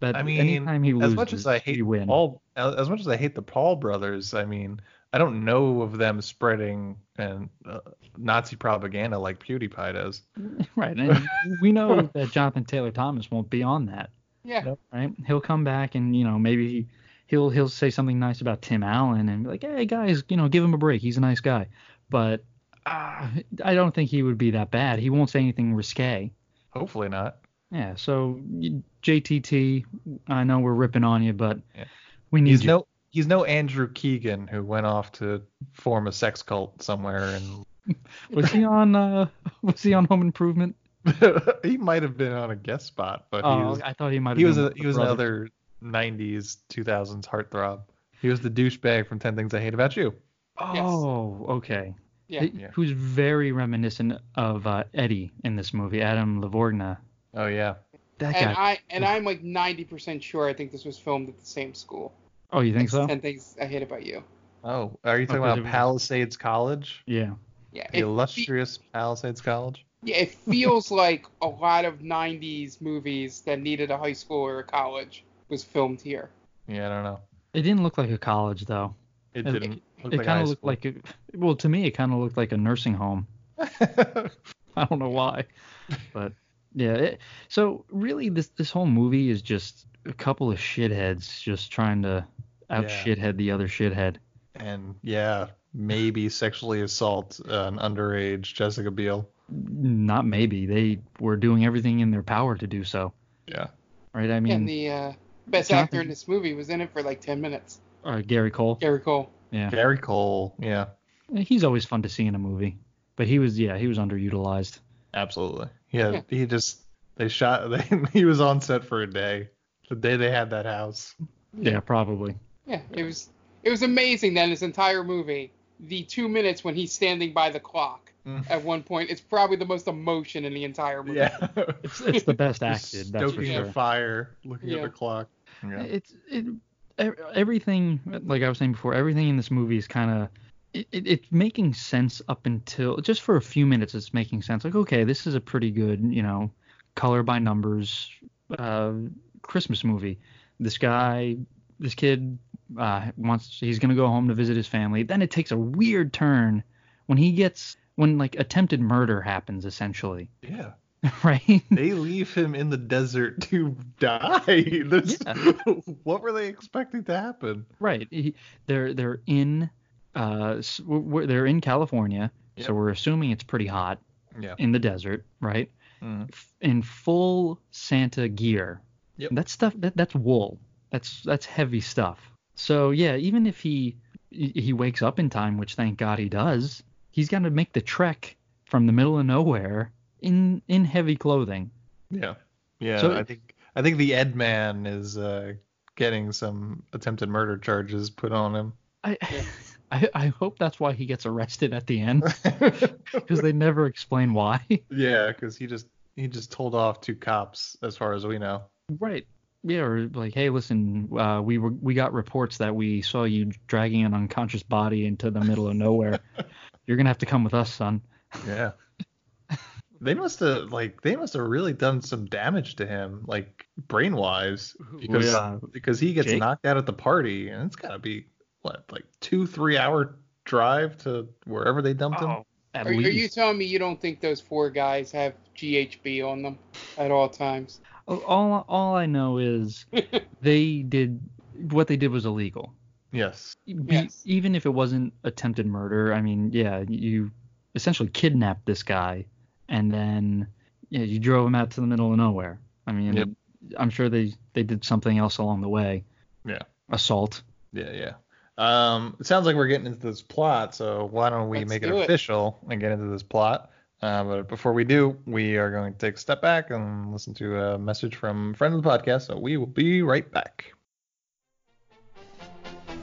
But
I mean,
anytime he loses,
as much as I hate
we win.
Paul, as much as I hate the Paul brothers, I mean, I don't know of them spreading and uh, Nazi propaganda like PewDiePie does.
Right, and we know that Jonathan Taylor Thomas won't be on that.
yeah.
Right, he'll come back and you know maybe he, he'll he'll say something nice about Tim Allen and be like, hey guys, you know, give him a break. He's a nice guy. But uh, I don't think he would be that bad. He won't say anything risque.
Hopefully not.
Yeah. So y- JTT, I know we're ripping on you, but
Yeah.
we need
He's
you.
no he's no Andrew Keegan who went off to form a sex cult somewhere
Was he on uh, Was he on Home Improvement?
and he might have been on a guest spot, but he
Oh,
was
I thought he might. Have
he was
been
a,
with the
he was
brothers.
another 90s 2000s heartthrob. He was the douchebag from 10 Things I Hate About You.
Oh, okay.
Yeah.
Th-
Yeah.
Who's very reminiscent of uh, Eddie in this movie, Adam Lavorgna.
Oh yeah.
That guy.
And I and I'm like 90% sure I think this was filmed at the same school.
oh, you think so?
Ten things I hate about you.
Oh, are you talking
Okay,
about
there we go.
Palisades College?
Yeah.
Yeah.
The
it fe-
illustrious Palisades College.
yeah, it feels like a lot of 90s movies that needed a high school or a college was filmed here.
Yeah, I don't know.
It didn't look like a college though.
It
It-
didn't.
It kind of looked like a, well, to me, it kind of looked like a nursing home.
like.
I don't know why, but yeah. It, so really, this this whole movie is just a couple of shitheads just trying to out
Yeah.
shithead the other shithead.
and yeah, maybe sexually assault uh, an underage Jessica Biel.
Not maybe they were doing everything in their power to do so.
Yeah.
Right? I mean,
and the uh, best
Jonathan-
actor in this movie was in it for like 10 minutes.
uh, Gary Cole.
Gary Cole.
Yeah.
Gary Cole. Yeah.
He's always fun to see in a movie, but he was yeah he was underutilized.
Absolutely. Yeah. He just they shot. They, he was on set for a day. The day they had that house.
Yeah, probably.
Yeah, it was it was amazing that in this entire movie, the two minutes when he's standing by the clock
Mm.
at one point, it's probably the most emotion in the entire movie.
Yeah.
It's it's the best
Stoking
acted. That's for sure.
the fire, looking at
Yeah.
the clock. Yeah.
It's it e- everything like I was saying before. Everything in this movie is kind of it, it, it's making sense up until just for a few minutes. It's making sense. Like okay, this is a pretty good you know color by numbers uh, Christmas movie. This guy, this kid uh, wants he's gonna go home to visit his family. Then it takes a weird turn when he gets when like attempted murder happens essentially,
Yeah.
right?
They leave him in the desert to die. This- What were they expecting to happen?
Right. He, they're they're in uh s- w- w- they're in California,
Yep.
so we're assuming it's pretty hot
Yeah.
in the desert, right?
Mhm.
F- in full Santa gear.
Yep.
That stuff that, that's wool. That's that's heavy stuff. So yeah, even if he he he wakes up in time, which thank God he does, he's got to make the trek from the middle of nowhere in in heavy clothing.
Yeah. Yeah.
So-
I think I think the Ed Man is uh, getting some attempted murder charges put on him.
I, I I hope that's why he gets arrested at the end because they never explain why.
yeah, because he just he just told off two cops, as far as we know.
Right. Yeah, or like, hey, listen, uh, we were we got reports that we saw you dragging an unconscious body into the middle of nowhere. You're gonna have to come with us, son.
Yeah. they must have like they must have really done some damage to him, like brain wise,
Oh,
because
Yeah.
because he gets
Jake?
knocked out at the party, and it's gotta be what like two three hour drive to wherever they dumped him.
At
Are, are
least.
you telling me you don't think those four guys have GHB on them at all times?
all all I know is they did what they did was illegal.
Yes.
Be-
Yes.
Even if it wasn't attempted murder, I mean, yeah, you essentially kidnapped this guy, and then yeah, you drove him out to the middle of nowhere. I mean,
Yep.
I'm sure they they did something else along the way.
Yeah.
Assault.
Yeah, yeah. Um, it sounds like we're getting into this plot, so why don't we
Let's
make it
do it.
official and get into this plot? Uh, but before we do, we are going to take a step back and listen to a message from a friend of the podcast. So we will be right back.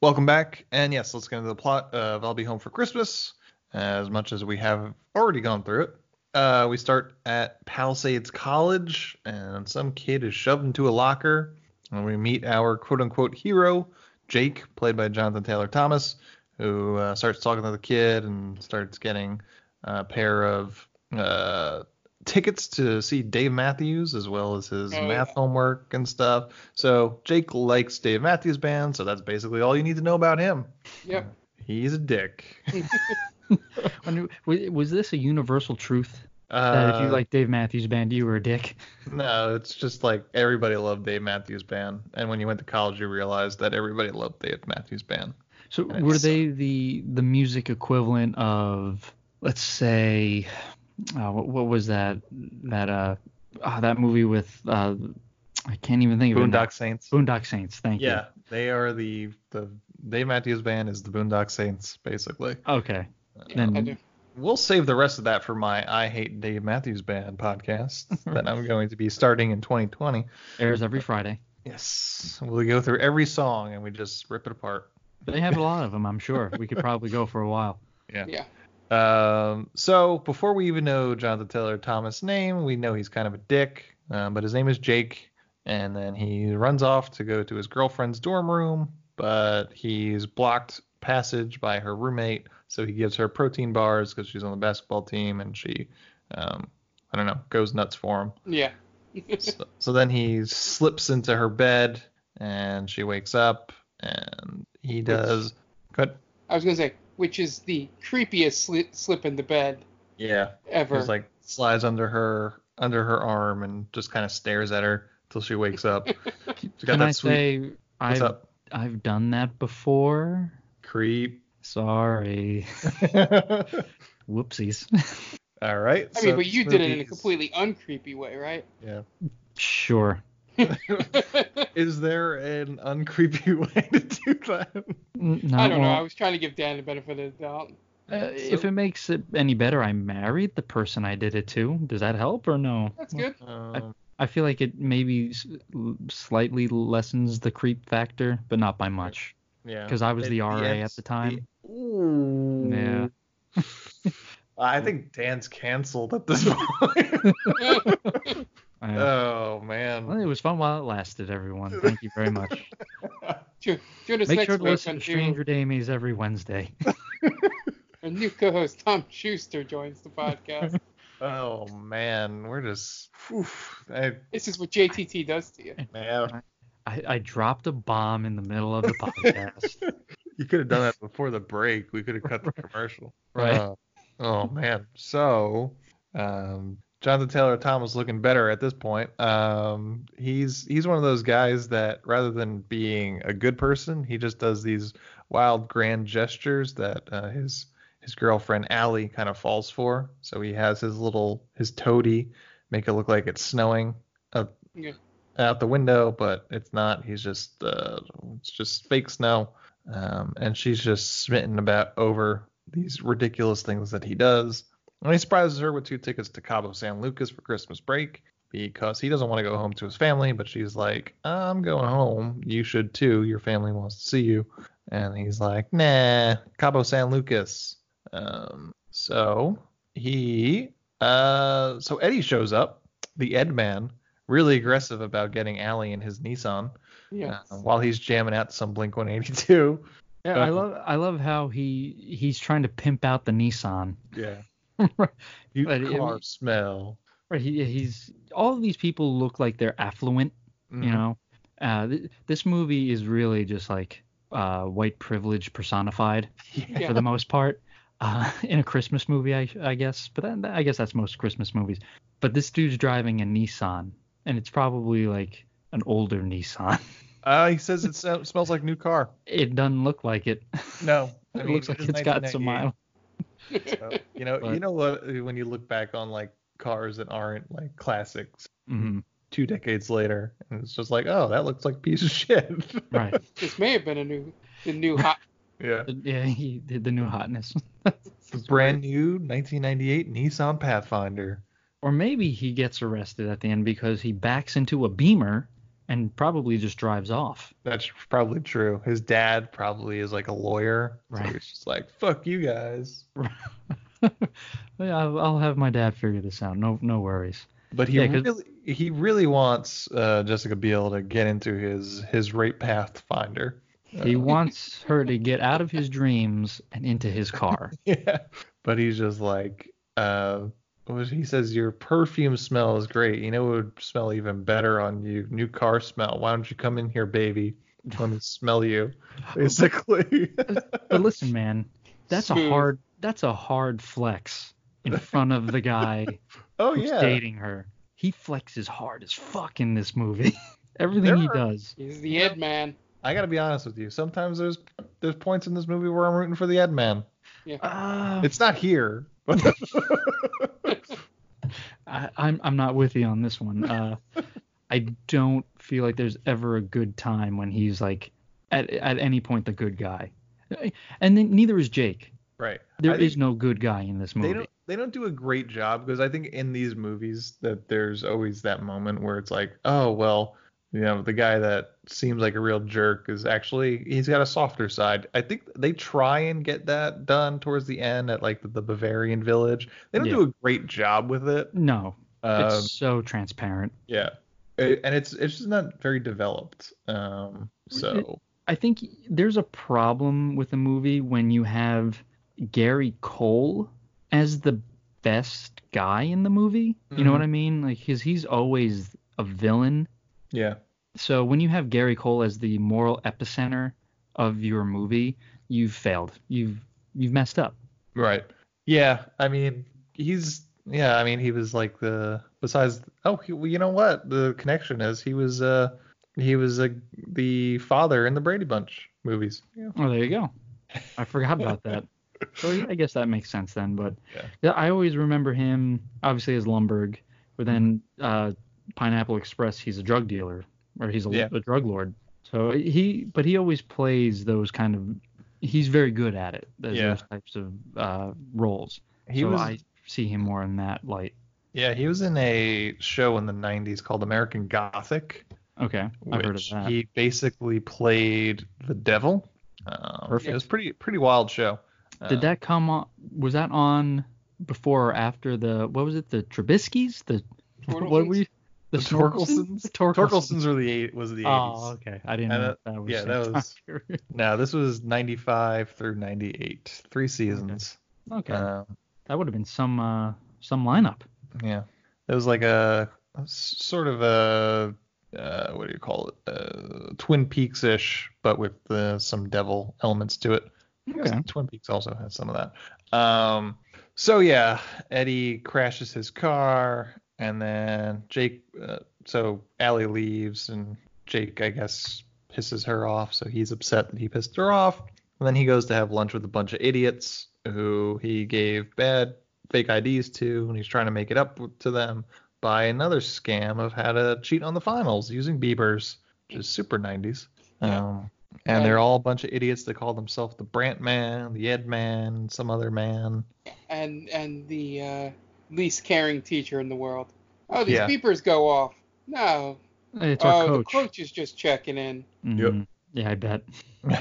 Welcome back. And yes, let's get into the plot of I'll Be Home for Christmas. As much as we have already gone through it, uh, we start at Palisades College, and some kid is shoved into a locker. And we meet our quote unquote hero, Jake, played by Jonathan Taylor Thomas, who uh, starts talking to the kid and starts getting a pair of uh, tickets to see Dave Matthews as well as his
Hey.
math homework and stuff. So Jake likes Dave Matthews Band, so that's basically all you need to know about him.
Yep.
He's a dick.
Wonder- wa- was this a universal truth? that if you
Uh,
like Dave Matthews Band, you were a dick.
No, it's just like everybody loved Dave Matthews Band, and when you went to college, you realized that everybody loved Dave Matthews Band.
So were they the the music equivalent of let's say uh, what, what was that that uh ah, that movie with uh I can't even think of it. now.
Boondock Saints.
Boondock Saints. Thank
Yeah, they are the the Dave Matthews Band is the Boondock Saints, basically.
you. Okay. Then
We'll save the rest of that for my I Hate Dave Matthews Band podcast that I'm going to be starting in 2020.
airs every Friday.
Yes. We'll go through every song and we just rip it apart.
They have a lot of them, I'm sure. We could probably go for a while.
Yeah. Um, so before we even know Jonathan Taylor Thomas' name, we know he's kind of a dick, um, but his name is Jake. And then he runs off to go to his girlfriend's dorm room, but he's blocked passage by her roommate. So he gives her protein bars because she's on the basketball team and she, um, I don't know, goes nuts for him.
Yeah.
so, so then he slips into her bed and she wakes up and he does. Good.
I was gonna say, which is the creepiest sli- slip into bed.
Yeah.
Ever.
Just like slides under her under her arm and just kind of stares at her till she wakes up. She got
Can
that
I
sweet-
say
What's
I've
up?
I've done that before?
Creep.
Sorry. Whoopsies.
All right.
I mean, but you did it in a completely uncreepy way, right?
Yeah.
Sure.
Is there an uncreepy way to do that?
No,
I don't know.
well-
I was trying to give Dan the benefit of the doubt.
Uh, if it makes it any better, I married the person I did it to. Does that help or no?
That's good.
Um,
I feel like it maybe s- l- slightly lessens the creep factor, but not by much.
Yeah.
Because I was
It-
the RA at
it's-
the time.
Ooh.
Yeah.
I think Dan's canceled at this point.
uh,
oh man.
Well, it was fun while it lasted, everyone. Thank you very much.
Join us
Make
next
sure to
week
listen
on June.
to Stranger Damies every Wednesday.
Our new co-host Tom Schuster joins the podcast.
Oh man, we're just. oof. I,
this is what JTT does to you.
Uh,
man,
I, I dropped a bomb in the middle of the podcast.
you could have done that before the break. We could have cut the commercial.
Right.
Uh, oh man. So, um, Jonathan Taylor Thomas looking better at this point. Um, he's he's one of those guys that rather than being a good person, he just does these wild grand gestures that uh, his his girlfriend Allie kind of falls for. So he has his little his toady make it look like it's snowing up
Yeah.
out the window, but it's not. He's just uh, it's just fake snow, um, and she's just smitten about over these ridiculous things that he does. And he surprises her with two tickets to Cabo San Lucas for Christmas break because he doesn't want to go home to his family, but she's like, "I'm going home. You should too. Your family wants to see you." And he's like, "Nah, Cabo San Lucas." Um, so he, uh, so Eddie shows up, the Ed Man, really aggressive about getting Allie in his Nissan
Yeah.
uh, while he's jamming out some Blink 182.
Yeah, I love I love how he he's trying to pimp out the Nissan.
Yeah.
Right.
You
But it-
car smell.
Right. He, he's all of these people look like they're affluent.
Mhm.
You know, uh, th- this movie is really just like uh, white privilege personified
Yeah.
for the most part. Uh, in a Christmas movie, I, I guess, but then, I guess that's most Christmas movies. But this dude's driving a Nissan, and it's probably like an older Nissan.
Uh, he says it so- smells like new car.
It doesn't look like it.
No,
It looks like
is
it's got some
1998.
miles.
So, you know,
But-
you know what? uh, When you look back on like cars that aren't like classics,
Mhm.
two decades later, and it's just like, oh, that looks like a piece of shit.
Right.
This may have been a new, the new hot.
yeah.
Yeah, he did the new hotness.
The brand new 1998 Nissan Pathfinder.
Or maybe he gets arrested at the end because he backs into a beamer and probably just drives off.
That's probably true. His dad probably is like a lawyer. Right. So he's just like, fuck you guys.
Yeah, I'll, I'll have my dad figure this out. No, no worries.
But he
Yeah, 'cause-
really he really wants uh, Jessica Biel to get into his his rape Pathfinder.
He
Uh.
wants her to get out of his dreams and into his car.
yeah. But he's just like, uh, what was- he says, your perfume smell is great. You know what would smell even better on you? New car smell. Why don't you come in here, baby? Let me smell you. Basically.
But listen, man, that's a
Smooth.
hard that's a hard flex in front of the guy
Oh,
who's
yeah.
dating her. He flexes hard as fuck in this movie. Everything
There
he
are-
does.
He's the head man.
I gotta be honest with you. Sometimes there's there's points in this movie where I'm rooting for the Ed Man.
Yeah.
It's not here.
I, I'm I'm not with you on this one. Uh, I don't feel like there's ever a good time when he's like at at any point the good guy, and then neither is Jake.
right.
There
I
is
think
no good guy in this
They
movie.
don't they don't do a great job because I think in these movies that there's always that moment where it's like, oh well, you know, the guy that seems like a real jerk is actually he's got a softer side. I think they try and get that done towards the end at like the Bavarian village. They don't
Yeah.
do a great job with it.
No,
Um,
it's so transparent.
Yeah, A- and it's it's just not very developed. Um, so
I think there's a problem with the movie when you have Gary Cole as the best guy in the movie. You
Mm-hmm.
know what I mean? Like his he's always a villain.
yeah,
So when you have Gary Cole as the moral epicenter of your movie, you've failed. You've you've messed up.
right, yeah. I mean, he's yeah. I mean, he was like the besides. Oh, he, well, you know what? The connection is he was uh he was uh, the father in the Brady Bunch movies. Yeah.
Oh, there you go. I forgot about that. So I guess that makes sense then. But
Yeah.
yeah, I always remember him obviously as Lumberg, but then uh, Pineapple Express, he's a drug dealer or he's a,
Yeah.
a drug lord. So he, but he always plays those kind of. He's very good at it. Those,
Yeah.
those types of uh, roles.
He
so
was-
I see him more in that light.
Yeah, he was in a show in the '90s called American Gothic,
Okay, I've heard of
which
that.
he basically played the devil. Um, It
Perfect.
was pretty pretty wild show.
Did
Uh,
that come on? Was that on before or after the what was it? The Trubisky's? The what were you? The,
The Torkelsons?
Snorkelsons? The
Torkelsons were the eight was the 80s.
Oh, okay. I didn't
And
know
that-
that was.
yeah,
same
that
time
was-
period.
No, this was 95 through 98, three seasons.
okay.
Um,
that would have been some uh some lineup.
yeah, it was like a a s- sort of a uh, what do you call it? Uh, Twin Peaks ish, but with uh, some devil elements to it. I guess
Okay.
Twin Peaks also has some of that. Um, so yeah, Eddie crashes his car, and then Jake. Uh, so Allie leaves, and Jake, I guess, pisses her off. So he's upset that he pissed her off. And then he goes to have lunch with a bunch of idiots who he gave bad fake IDs to, and he's trying to make it up to them by another scam of how to cheat on the finals using Bieber's, which is super 90s. Um, and they're all a bunch of idiots that call themselves the Brant Man, the Ed Man, some other man.
And and the uh, least caring teacher in the world. Oh, these
Yeah.
beepers go off. No.
It's
oh,
our
the
coach.
coach is just checking in.
Mhm. Yeah, I bet. You-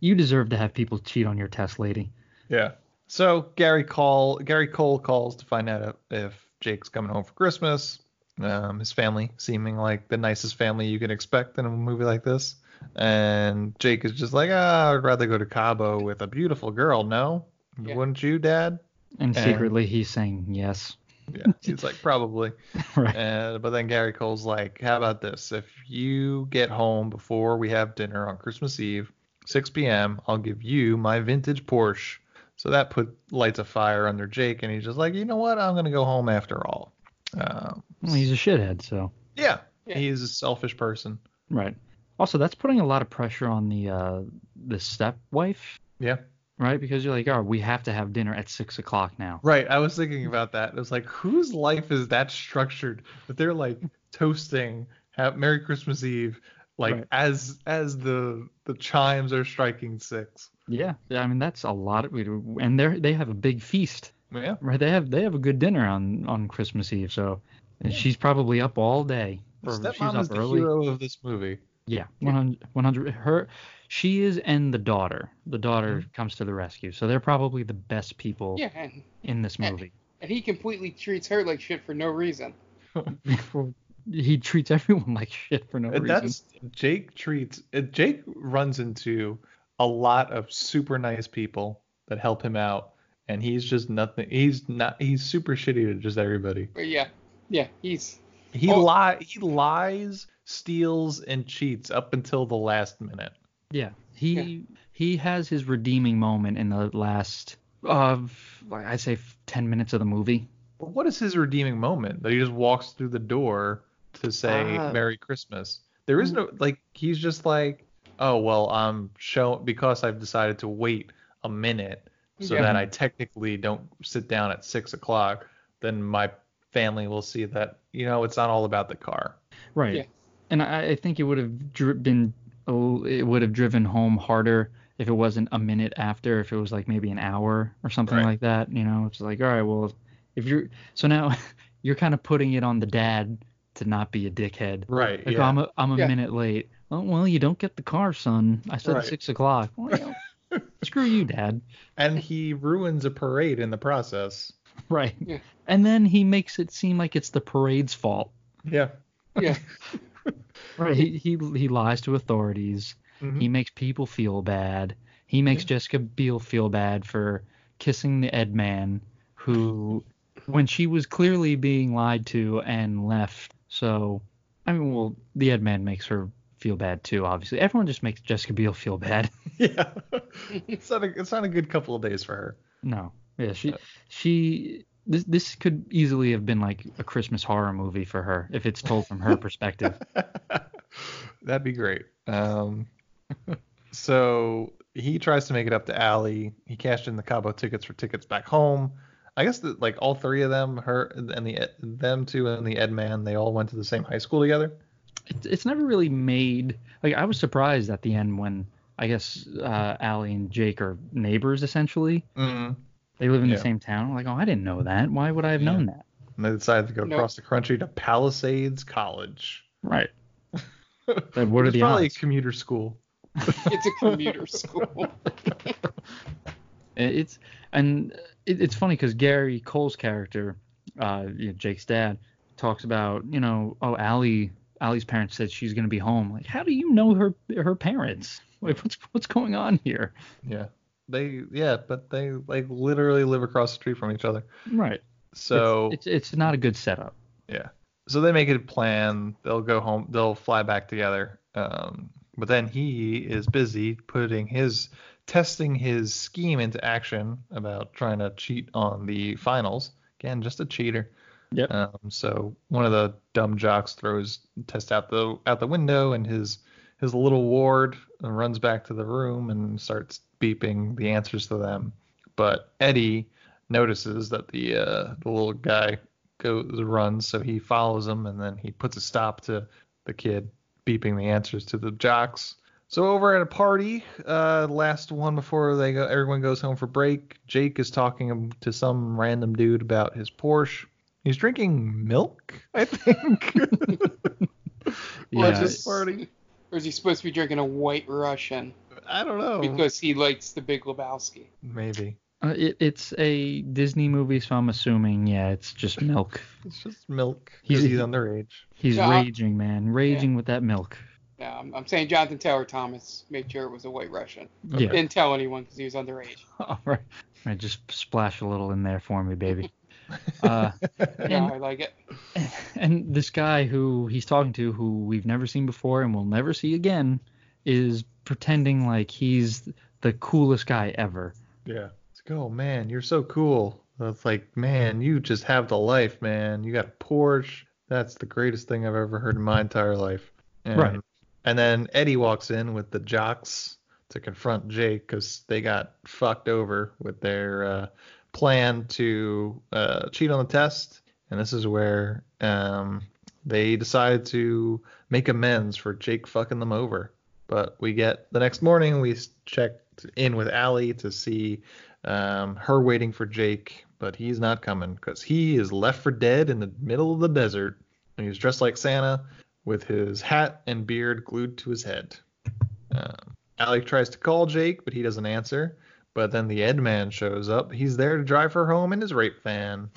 you deserve to have people cheat on your test, lady.
Yeah. So Gary call Gary Cole calls to find out if Jake's coming home for Christmas. Um, his family seeming like the nicest family you can expect in a movie like this, and Jake is just like, ah, I'd rather go to Cabo with a beautiful girl. No, wouldn't you, Dad?
And
And-
secretly he's saying yes.
Yeah, he's like probably.
Right.
Uh, but then Gary Cole's like, "How about this? If you get home before we have dinner on Christmas Eve, 6 p.m., I'll give you my vintage Porsche." So that put lights a fire under Jake, and he's just like, "You know what? I'm gonna go home after all." Um,
Well, he's a shithead, so
yeah, he's a selfish person.
right. Also, that's putting a lot of pressure on the uh, the stepwife.
Yeah.
Right, because you're like, oh, we have to have dinner at six o'clock now.
Right. I was thinking about that. It was like, whose life is that structured? That they're like toasting, have Merry Christmas Eve, like
Right.
as as the the chimes are striking six.
Yeah, I mean that's a lot of, and they they have a big feast.
Yeah.
Right, they have they have a good dinner on on Christmas Eve. So, and she's probably up all day.
The
Or
stepmom is the hero of this movie.
Yeah, 100, 100. Her, she is, and the daughter. The daughter
Mm-hmm.
comes to the rescue. So they're probably the best people
Yeah, and,
in this
Eh.
movie.
and he completely treats her like shit for no reason.
he treats everyone like shit for no
And
reason.
that's Jake treats uh, Jake runs into a lot of super nice people that help him out and he's just nothing he's not he's super shitty to just everybody.
But yeah, yeah, he's
He li- he lies, steals and cheats up until the last minute.
Yeah, he he has his redeeming moment in the last of like I say f- ten minutes of the movie.
But what is his redeeming moment? That he just walks through the door to say
Ah.
Merry Christmas. There is no like he's just like, oh well, I'm show because I've decided to wait a minute so
Yeah.
that I technically don't sit down at six o'clock. Then my family will see that you know it's not all about the car.
Right.
Yeah.
And I, I think it would have dri- been oh, it would have driven home harder if it wasn't a minute after, if it was like maybe an hour or something
Right.
like that. You know, it's like all right, well, if you're so now you're kind of putting it on the dad to not be a dickhead.
Right.
Like
yeah.
I'm a, I'm a
Yeah.
minute late. Oh, well, you don't get the car, son. I said
Right.
six o'clock. Well, you know, screw you, dad.
And he ruins a parade in the process.
Right.
Yeah.
And then he makes it seem like it's the parade's fault.
Yeah.
yeah.
Right. He he, he lies to authorities. He makes people feel bad. He makes Jessica Biel feel bad for kissing the Ed man who when she was clearly being lied to and left. So I mean well the Ed man makes her feel bad too, obviously. Everyone just makes Jessica Biel feel bad.
yeah. it's not a it's not a good couple of days for her.
No. Yeah, she she this this could easily have been like a Christmas horror movie for her if it's told from her perspective.
That'd be great. Um, so he tries to make it up to Allie. He cashed in the Cabo tickets for tickets back home. I guess that like all three of them, her and the Ed- them two and the Ed man, they all went to the same high school together.
It's it's never really made like I was surprised at the end when I guess uh Allie and Jake are neighbors essentially.
Mm.
They live in
Yeah.
the same town. Like, oh, I didn't know that. Why would I have known that?
And they decided to go
Nope.
across the country to Palisades College.
Right. Like, what are
It's
the
probably
odds?
a commuter school.
It's a commuter school.
It- It's and it, it's funny because Gary Cole's character, uh, you know, Jake's dad, talks about you know, oh, Allie, Allie's parents said she's gonna be home. Like, how do you know her her parents? Like, what's what's going on here?
Yeah. They yeah, but they like literally live across the street from each other.
Right.
So
it's it's, it's not a good setup.
Yeah. So they make a plan. They'll go home. They'll fly back together. Um, but then he is busy putting his testing his scheme into action about trying to cheat on the finals. Again, just a cheater.
Yep.
Um, so one of the dumb jocks throws test out the out the window, and his his little ward runs back to the room and starts beeping the answers to them. But Eddie notices that the uh, the little guy goes runs, so he follows him, and then he puts a stop to the kid beeping the answers to the jocks. So over at a party, uh, last one before they go, everyone goes home for break. Jake is talking to some random dude about his Porsche. He's drinking milk, I think.
Or is
Watch
he-
this party.
Or is he supposed to be drinking a White Russian?
I don't know.
Uh-huh.
Because he likes the Big Lebowski.
Maybe
Uh, it, it's a Disney movie, so I'm assuming yeah, it's just milk.
it's just milk. 'cause
He's-
He's, underage.
He's
Yeah, I-
raging, man, raging with that milk.
No, I'm, I'm saying Jonathan Taylor Thomas made sure it was a White Russian.
Yeah.
Didn't tell anyone because he was underage.
All right, All right, just splash a little in there for me, baby. Uh,
Yeah, I like it.
and this guy who he's talking to, who we've never seen before and will never see again, is pretending like he's the coolest guy ever.
Yeah. It's like, oh man, you're so cool. It's like, man, you just have the life, man. You got a Porsche. That's the greatest thing I've ever heard in my entire life. And
Right.
And then Eddie walks in with the jocks to confront Jake because they got fucked over with their uh, plan to uh, cheat on the test. And this is where um, they decide to make amends for Jake fucking them over. But we get the next morning, we s- checked in with Allie to see um, her waiting for Jake, but he's not coming because he is left for dead in the middle of the desert. And he's dressed like Santa with his hat and beard glued to his head. Um, Allie tries to call Jake, but he doesn't answer. But then the Ed Man shows up. He's there to drive her home in his rape van.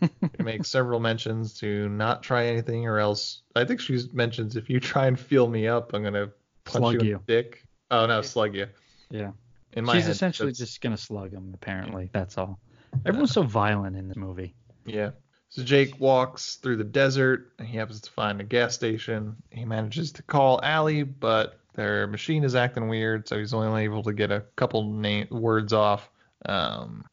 he makes several mentions to not try anything or else. I think she mentions if you try and feel me up, I'm gonna punch
Slug
you in
you.
the dick. Oh no, slug you.
Yeah.
In my
She's
head,
essentially
that's-
just gonna slug him. Apparently, that's all. Everyone's so violent in this movie.
Yeah. So Jake walks through the desert and he happens to find a gas station. He manages to call Allie, but their machine is acting weird, so he's only able to get a couple na- words off um,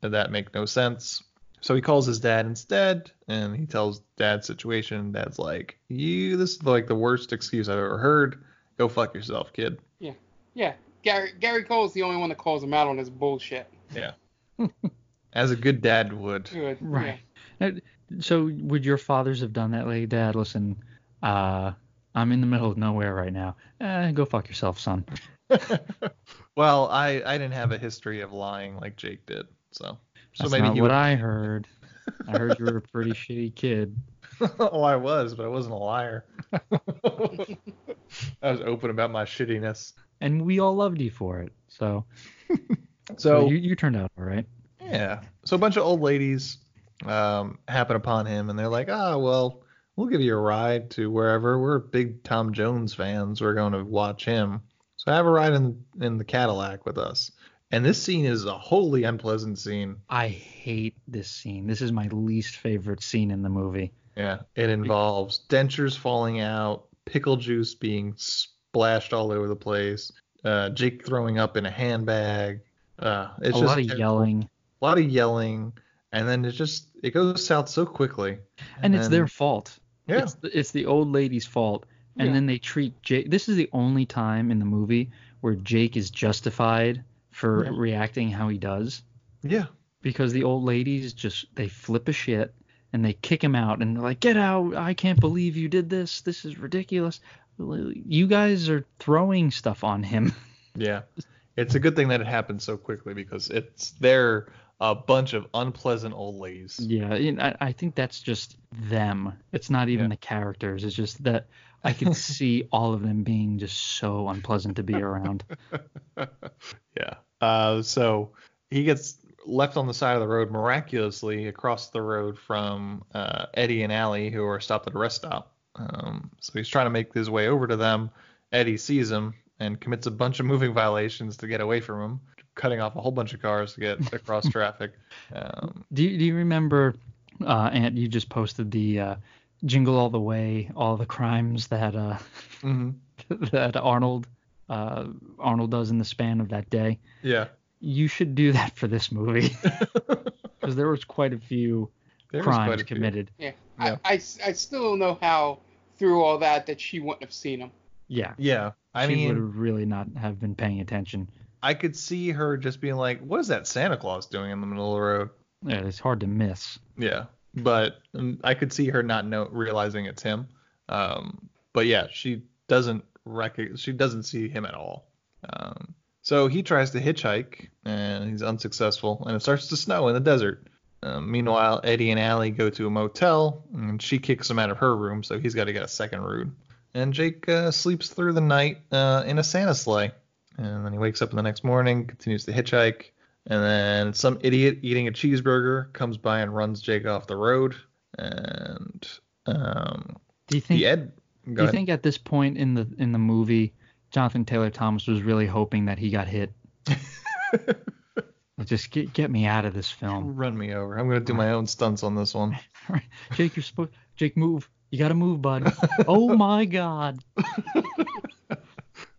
that make no sense. So he calls his dad instead, and he tells dad's situation. Dad's like, "You, this is like the worst excuse I've ever heard. Go fuck yourself, kid."
Yeah. Yeah. Gary Gary Cole's the only one that calls him out on his bullshit.
Yeah. As a good dad would.
Good.
Right. Now, So would your fathers have done that, like, Dad? Listen, uh, I'm in the middle of nowhere right now. Eh, go fuck yourself, son.
Well, I I didn't have a history of lying like Jake did, so so
That's
maybe
not
he
what
would.
I heard. I heard you were a pretty shitty kid.
oh, I was, but I wasn't a liar. I was open about my shittiness.
and we all loved you for it. So,
So,
you, you turned out all right.
Yeah. So a bunch of old ladies um, happen upon him, and they're like, "Ah, well, we'll give you a ride to wherever. We're big Tom Jones fans. We're going to watch him. So have a ride in in the Cadillac with us." And this scene is a wholly unpleasant scene.
I hate this scene. This is my least favorite scene in the movie.
Yeah, it involves dentures falling out, pickle juice being splashed all over the place, uh, Jake throwing up in a handbag. Uh,
A
it's just
lot of
ter-
yelling,
a lot of yelling, and then it just it goes south so quickly.
and, it's their
then-
fault.
Yeah.
It's the, it's the old lady's fault. And
Yeah.
then they treat Jake. This is the only time in the movie where Jake is justified for
Yeah.
reacting how he does.
Yeah.
Because the old ladies just they flip a shit and they kick him out and they're like, "Get out! I can't believe you did this. This is ridiculous. You guys are throwing stuff on him."
Yeah, it's a good thing that it happened so quickly because it's they're a bunch of unpleasant old ladies.
Yeah, and I, I think that's just them. It's not even the characters. It's just that I can see all of them being just so unpleasant to be around.
Yeah. Uh, so he gets left on the side of the road miraculously across the road from uh, Eddie and Allie, who are stopped at a rest stop. Um, so he's trying to make his way over to them. Eddie sees him and commits a bunch of moving violations to get away from him, cutting off a whole bunch of cars to get across traffic. Um,
Do you, do you remember, uh, Aunt? You just posted the uh, jingle all the way, all the crimes that uh,
Mhm.
that Arnold uh, Arnold does in the span of that day.
yeah.
You should do that for this movie because there was quite a few
There was
crimes
quite a few.
committed.
Yeah. I, I, s- I still don't know how through all that that she wouldn't have seen him.
Yeah.
Yeah. I
she would
mean,
really not have been paying attention.
I could see her just being like, what is that Santa Claus doing in the middle of the road?
Yeah, it's hard to miss.
Yeah, but um, I could see her not know realizing it's him. Um, but yeah, she doesn't rec- she doesn't see him at all. Um, so he tries to hitchhike and he's unsuccessful, and it starts to snow in the desert. Um, meanwhile, Eddie and Allie go to a motel, and she kicks him out of her room, so he's got to get a second room. And Jake uh, sleeps through the night uh, in a Santa sleigh, and then he wakes up in the next morning, continues to hitchhike. And then some idiot eating a cheeseburger comes by and runs Jake off the road. And um,
Do you think?
the Ed. Go
do you
ahead.
think at this point in the in the movie, Jonathan Taylor Thomas was really hoping that he got hit? Like, Just get get me out of this film,
Run me over. I'm gonna do my own stunts on this one.
Jake. You're supposed. Jake, move. You gotta move, bud. oh my God.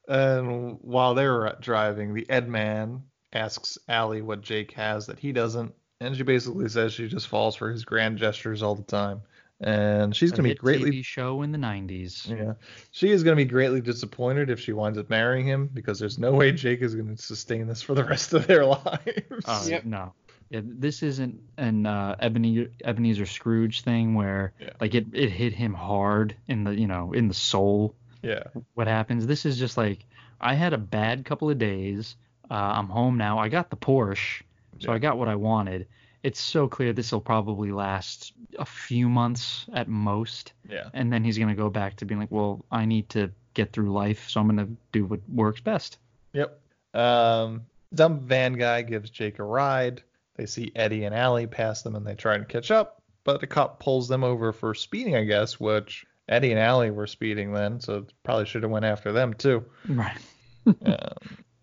And while they're driving, the Ed man asks Allie what Jake has that he doesn't, and she basically says she just falls for his grand gestures all the time. and she's
A
going to be
hit
greatly
TV show in the 90s.
Yeah. She is going to be greatly disappointed if she winds up marrying him because there's no way Jake is going to sustain this for the rest of their lives.
Uh, No, Yeah, this isn't an uh, Ebene- Ebenezer Scrooge thing where like it, it hit him hard in the you know in the soul.
Yeah.
What happens? This is just like I had a bad couple of days. Uh, I'm home now. I got the Porsche, so I got what I wanted. It's so clear this will probably last a few months at most.
Yeah.
And then he's gonna go back to being like, well, I need to get through life, so I'm gonna do what works best.
Yep. Um, dumb van guy gives Jake a ride. They see Eddie and Allie pass them and they try and catch up, but the cop pulls them over for speeding, I guess, which Eddie and Allie were speeding then, so probably should have went after them too.
Right.
Um,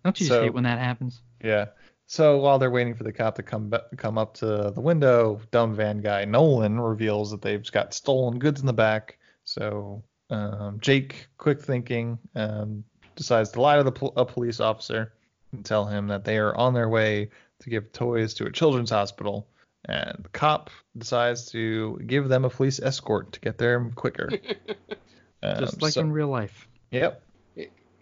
Don't you
So-
just hate when that happens?
Yeah. So while they're waiting for the cop to come ba- come up to the window, dumb van guy Nolan reveals that they've got stolen goods in the back. So um, Jake, quick thinking, um, decides to lie to the pol- a police officer and tell him that they are on their way to give toys to a children's hospital. And the cop decides to give them a police escort to get there quicker. Um,
Just like
so-
in real life.
Yep.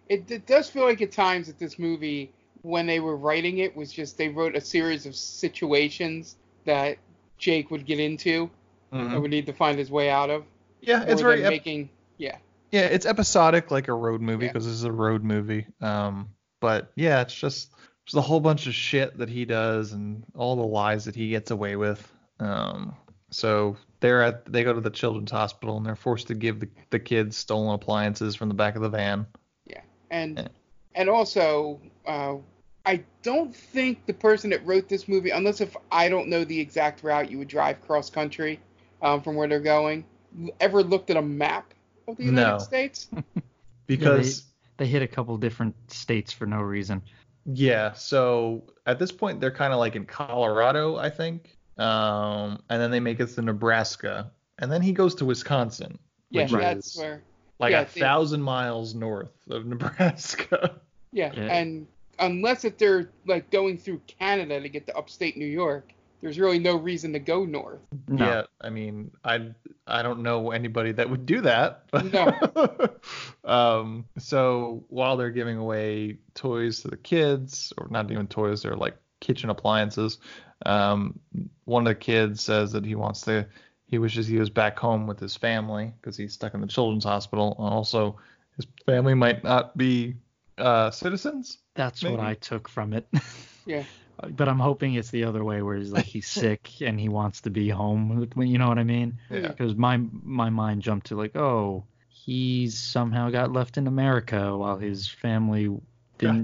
It, it does feel like at times that this movie, when they were writing it, was just they wrote a series of situations that Jake would get into
Mm-hmm.
and would need to find his way out of.
Yeah, Mm-hmm. it's
Or
very
them
ep-
making. Yeah,
Yeah, it's episodic like a road movie because this is a road movie. Um, but yeah, it's just just a whole bunch of shit that he does and all the lies that he gets away with. Um, so they're at they go to the children's hospital and they're forced to give the, the kids stolen appliances from the back of the van.
and and also, uh, I don't think the person that wrote this movie, unless if I don't know the exact route you would drive cross country um, from where they're going, ever looked at a map of the United
No.
States.
Because-
they, they hit a couple different states for no reason.
Yeah, so at this point they're kind of like in Colorado, I think. Um, and then they make it to Nebraska, and then he goes to Wisconsin,
Yeah,
which
that's
is
where.
like
yeah,
a
they-
thousand miles north of Nebraska.
Yeah,
Yeah.
and unless if they're like going through Canada to get to upstate New York, there's really no reason to go north.
Yeah, I mean, I I don't know anybody that would do that. But um, so while they're giving away toys to the kids, or not even toys, they're like kitchen appliances. Um, one of the kids says that he wants to, he wishes he was back home with his family because he's stuck in the children's hospital, and also his family might not be uh, citizens.
That's what
Maybe.
I took from it.
Yeah.
but I'm hoping it's the other way where he's like he's sick and he wants to be home. with- You know what I mean?
Yeah.
Because my my mind jumped to like, oh, he's somehow got left in America while his family didn't.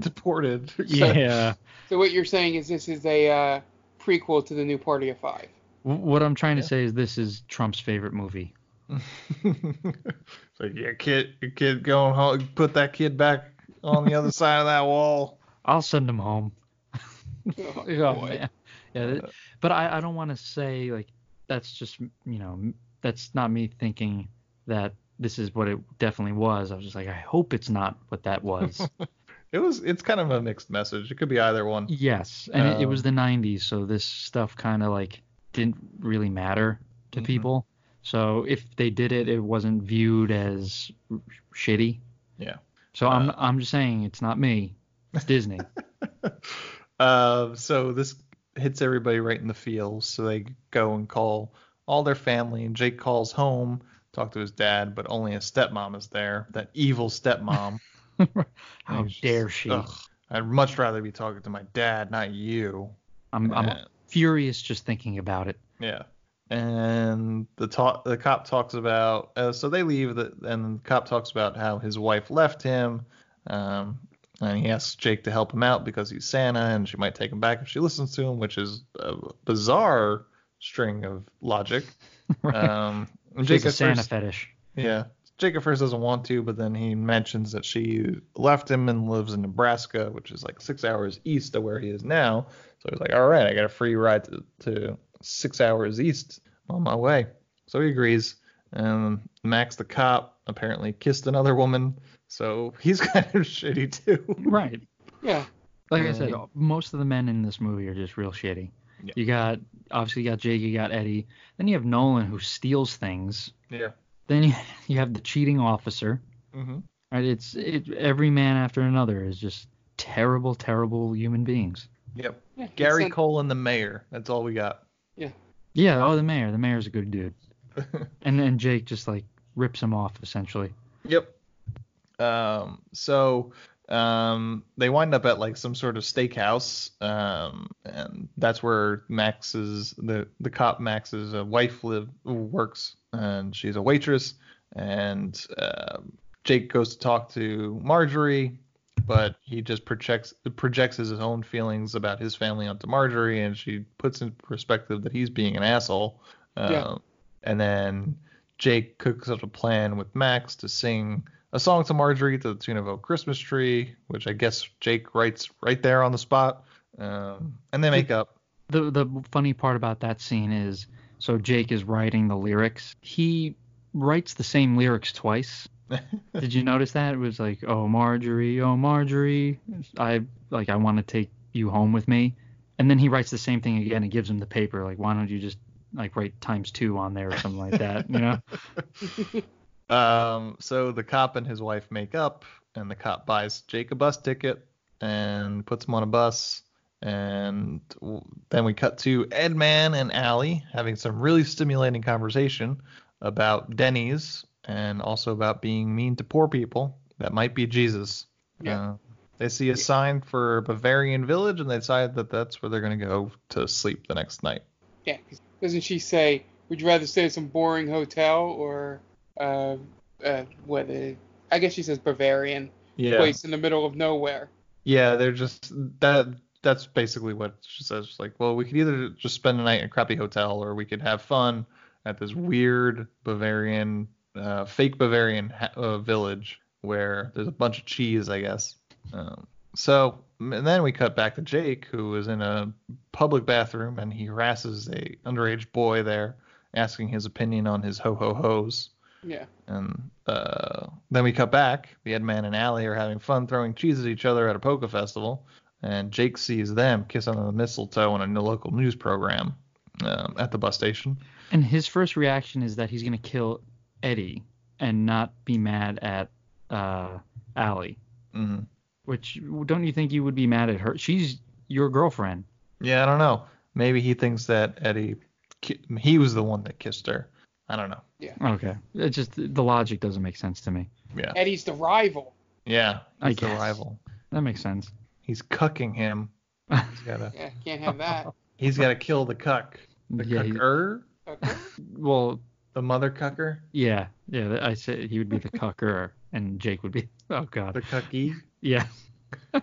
deported.
yeah.
So what you're saying is this is a uh, prequel to the new Party of Five.
W- What I'm trying to say is this is Trump's favorite movie.
It's like, yeah, kid, your kid going home, put that kid back on the other side of that wall.
I'll send him home.
Oh,
Yeah,
boy.
yeah, yeah. th- But I, I don't want to say like that's just you know m- that's not me thinking that this is what it definitely was. I was just like I hope it's not what that was.
It was, it's kind of a mixed message. It could be either one.
yes, and it, it was
Um,
the '90s, so this stuff kind of like didn't really matter to
Mm-hmm.
people. So if they did it, it wasn't viewed as r- shitty.
Yeah.
So I'm I'm just saying it's not me. It's Disney.
Uh, so this hits everybody right in the feels. So they go and call all their family, and Jake calls home, talk to his dad, but only his stepmom is there. That evil stepmom.
How dare she?
Ugh, I'd much rather be talking to my dad, not you.
I'm I'm
Yeah.
furious just thinking about it.
Yeah. And the talk, the cop talks about. Uh, so they leave, the, and the cop talks about how his wife left him, um, and he asks Jake to help him out because he's Santa, and she might take him back if she listens to him, which is a bizarre string of logic. Um, and
She has
Jake
a
at
Santa
first-
fetish.
Yeah. Jake at first doesn't want to, but then he mentions that she left him and lives in Nebraska, which is like six hours east of where he is now. So he's like, all right, I got a free ride to, to six hours east on my way. So he agrees. And Max, the cop, apparently kissed another woman. So he's kind of shitty too.
Right.
Yeah.
Like I said,
Um,
most of the men in this movie are just real shitty. You got obviously you got Jake, you got Eddie. Then you have Nolan who steals things.
Yeah.
Then you, you have the cheating officer.
Mm-hmm.
Right? It's it, every man after another is just terrible, terrible human beings.
Yep.
Yeah,
Gary
it's like-
Cole and the mayor. That's all we got.
Yeah. Oh, the mayor. The mayor's a good dude. and then Jake just like rips him off essentially.
Yep. Um, so um, they wind up at like some sort of steakhouse, um, and that's where Max's the the cop Max's uh, wife live works, and she's a waitress. And um Jake goes to talk to Marjorie, but he just projects projects his own feelings about his family onto Marjorie, and she puts in perspective that he's being an asshole. Um,
Yeah.
And then Jake cooks up a plan with Max to sing a song to Marjorie to the tune of "Oh Christmas Tree," which I guess Jake writes right there on the spot. Um, and they make up.
The the funny part about that scene is so Jake is writing the lyrics. He writes the same lyrics twice. Did you notice that? It was like, "Oh Marjorie, oh Marjorie, I like I want to take you home with me." And then he writes the same thing again and gives him the paper like, "Why don't you just like write times 2 on there or something like that, you know?"
Um, so the cop and his wife make up, and the cop buys Jake a bus ticket and puts him on a bus. And w- then we cut to Edman and Allie having some really stimulating conversation about Denny's and also about being mean to poor people. That might be Jesus. Yeah. they see a sign for Bavarian Village and they decide that that's where they're going to go to sleep the next night.
Yeah, 'cause doesn't she say, "Would you rather stay at some boring hotel or uh, uh, whether I guess she says Bavarian
Yeah.
place in the middle of nowhere."
Yeah, they're just that. That's basically what she says. She's Like, well, we could either just spend the night in a crappy hotel, or we could have fun at this weird Bavarian, uh, fake Bavarian ha- uh, village where there's a bunch of cheese, I guess. Um, so, and then we cut back to Jake, who is in a public bathroom, and he harasses a underage boy there, asking his opinion on his ho ho hos.
Yeah.
And uh, then we cut back. The Edman and Allie are having fun throwing cheese at each other at a poker festival. And Jake sees them kiss under the mistletoe on a n- local news program um, at the bus station.
And his first reaction is that he's gonna kill Eddie and not be mad at uh, Allie.
Mhm.
Which don't you think you would be mad at her? She's your girlfriend.
Yeah, I don't know. Maybe he thinks that Eddie, ki- he was the one that kissed her. I don't know.
Yeah.
Okay. It just the logic doesn't make sense to me.
Yeah.
Eddie's the rival.
Yeah.
I
He's the
guess.
rival.
That makes sense.
He's cucking him. He's gotta.
Yeah, can't have that.
He's gotta kill the cuck. The
Yeah, he-
cucker.
Well,
The mother cucker.
yeah, yeah. I said he would be the cucker, and Jake would be. Oh God.
The cucky.
Yeah.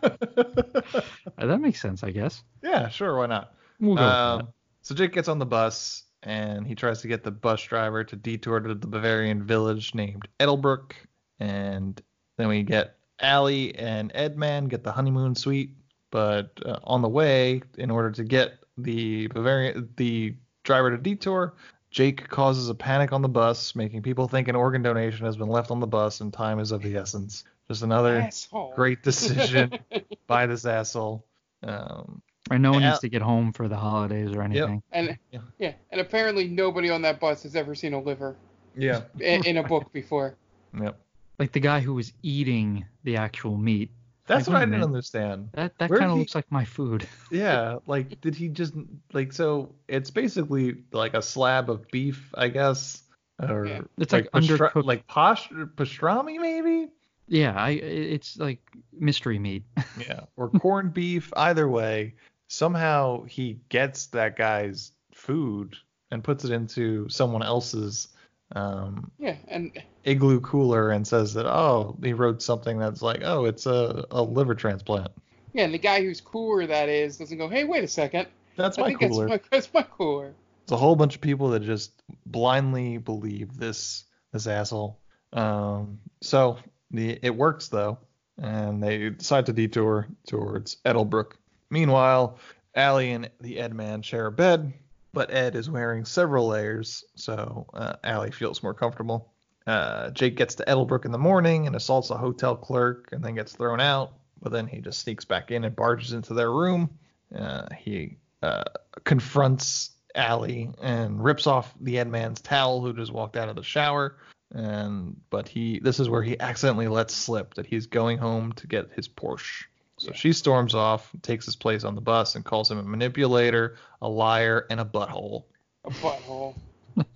uh, that makes sense, I guess.
Yeah, sure, why not?
We'll go with
Um, so Jake gets on the bus and he tries to get the bus driver to detour to the Bavarian village named Edelbrook. And then we get Allie and Edman get the honeymoon suite. But uh, on the way, in order to get the Bavarian, the driver to detour, Jake causes a panic on the bus, making people think an organ donation has been left on the bus and time is of the essence. Just another
Asshole.
great decision by this asshole. Um,
Or no one
Yeah.
needs to get home for the holidays or anything.
And
Yeah.
yeah, and apparently nobody on that bus has ever seen a liver
yeah.
in, in a book before.
Yep.
Like the guy who was eating the actual meat.
That's
Like,
what
wait
I
a
didn't
minute.
understand.
That that
Where
kind of
did he-
looks like my food.
Yeah, like did he just like so it's basically like a slab of beef, I guess, or
Yeah.
It's like
pastra-
undercooked.
like posh- pastrami maybe?
Yeah, I it's like mystery meat.
Yeah, or corned beef, either way, somehow he gets that guy's food and puts it into someone else's um
Yeah, and
igloo cooler and says that oh, he wrote something that's like, "Oh, it's a a liver transplant."
yeah, and the guy whose cooler that is doesn't go, hey, wait a second.
That's
I
my
think
cooler.
That's my, that's my cooler.
It's a whole bunch of people that just blindly believe this this asshole. Um, so the it works though, and they decide to detour towards Edelbrook. Meanwhile, Allie and the Ed man share a bed, but Ed is wearing several layers, so uh, Allie feels more comfortable. Uh, Jake gets to Edelbrook in the morning and assaults a hotel clerk, and then gets thrown out. But then he just sneaks back in and barges into their room. Uh, he uh, confronts Allie and rips off the head man's towel who just walked out of the shower. And but he this is where he accidentally lets slip that he's going home to get his Porsche. So she storms off, takes his place on the bus, and calls him a manipulator, a liar, and a butthole.
A butthole.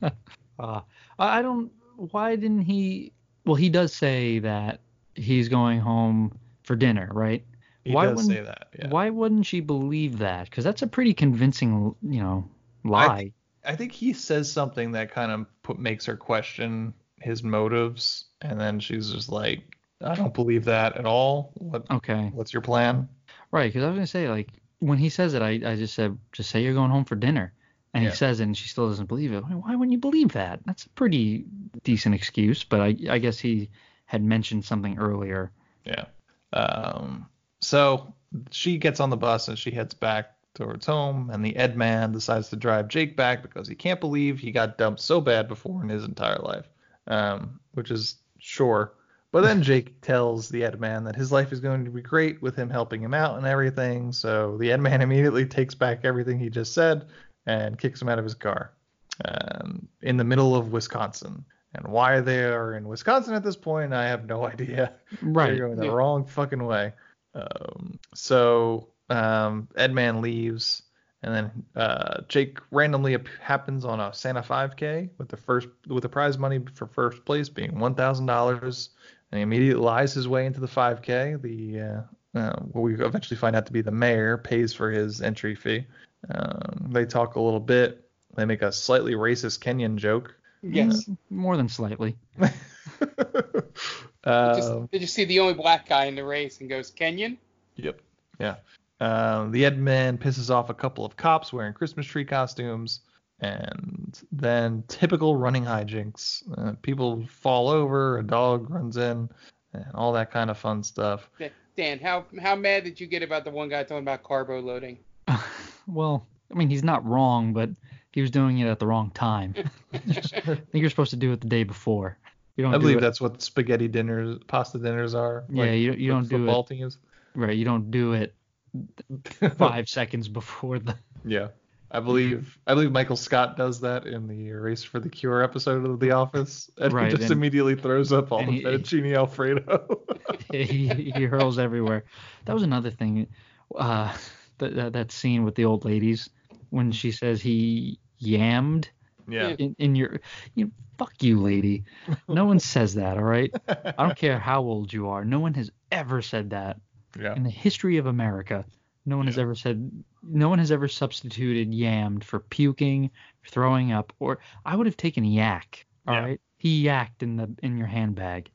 Uh, I I don't. Why didn't he? Well, he does say that he's going home for dinner, right?
He does
wouldn't-
say that, yeah.
Why wouldn't she believe that? Because that's a pretty convincing, you know,
I,
lie.
th- I think he says something that kind of put, makes her question his motives, and then she's just like, "I don't believe that at all." What?
Okay.
What's your plan?
Right, because I was gonna say like when he says it, I, I just said just say you're going home for dinner, and
Yeah.
he says it, and she still doesn't believe it. Why- Why wouldn't you believe that? That's a pretty decent excuse, but I I guess he had mentioned something earlier.
Yeah. Um. So she gets on the bus and she heads back towards home, and the Ed man decides to drive Jake back because he can't believe he got dumped so bad before in his entire life. Um, which is sure. But then Jake tells the Ed man that his life is going to be great with him helping him out and everything. So the Ed man immediately takes back everything he just said and kicks him out of his car um, in the middle of Wisconsin. And why they are in Wisconsin at this point, I have no idea.
Right.
They're going the
Yeah.
wrong fucking way. Um, so um, Edman leaves, and then uh, Jake randomly ap- happens on a Santa 5K with the first with the prize money for first place being one thousand dollars, and he immediately lies his way into the 5K. The uh, uh, what we eventually find out to be the mayor pays for his entry fee. Um, they talk a little bit. They make a slightly racist Kenyan joke.
Yes.
Mm, More than slightly.
Just,
Um,
they just see the only black guy in the race and goes Kenyan.
Yep. Yeah. Um, the Edman pisses off a couple of cops wearing Christmas tree costumes, and then typical running hijinks. Uh, people fall over, a dog runs in, and all that kind of fun stuff.
Dan, how how mad did you get about the one guy talking about carbo loading?
Well, I mean he's not wrong, but he was doing it at the wrong time. I think you're supposed to do it the day before. You don't.
I
do
believe
it-
that's what spaghetti dinners, pasta dinners are.
Yeah,
like
you, you
for
don't do
football
it.
teams.
Right, you don't do it five seconds before the.
Yeah. I believe I believe Michael Scott does that in the Race for the Cure episode of The Office, and
Right,
he just
and-
immediately throws up all the
and he-
fettuccine alfredo.
he, he hurls everywhere. That was another thing. Uh, that, that that scene with the old ladies when she says he yammed.
Yeah.
In, in your, you fuck you, lady. No one says that, all right. I don't care how old you are. No one has ever said that.
Yeah.
In the history of America, no one has ever said. No one has ever substituted yammed for puking, throwing up, or I would have taken yak. All right. He yacked in the in your handbag.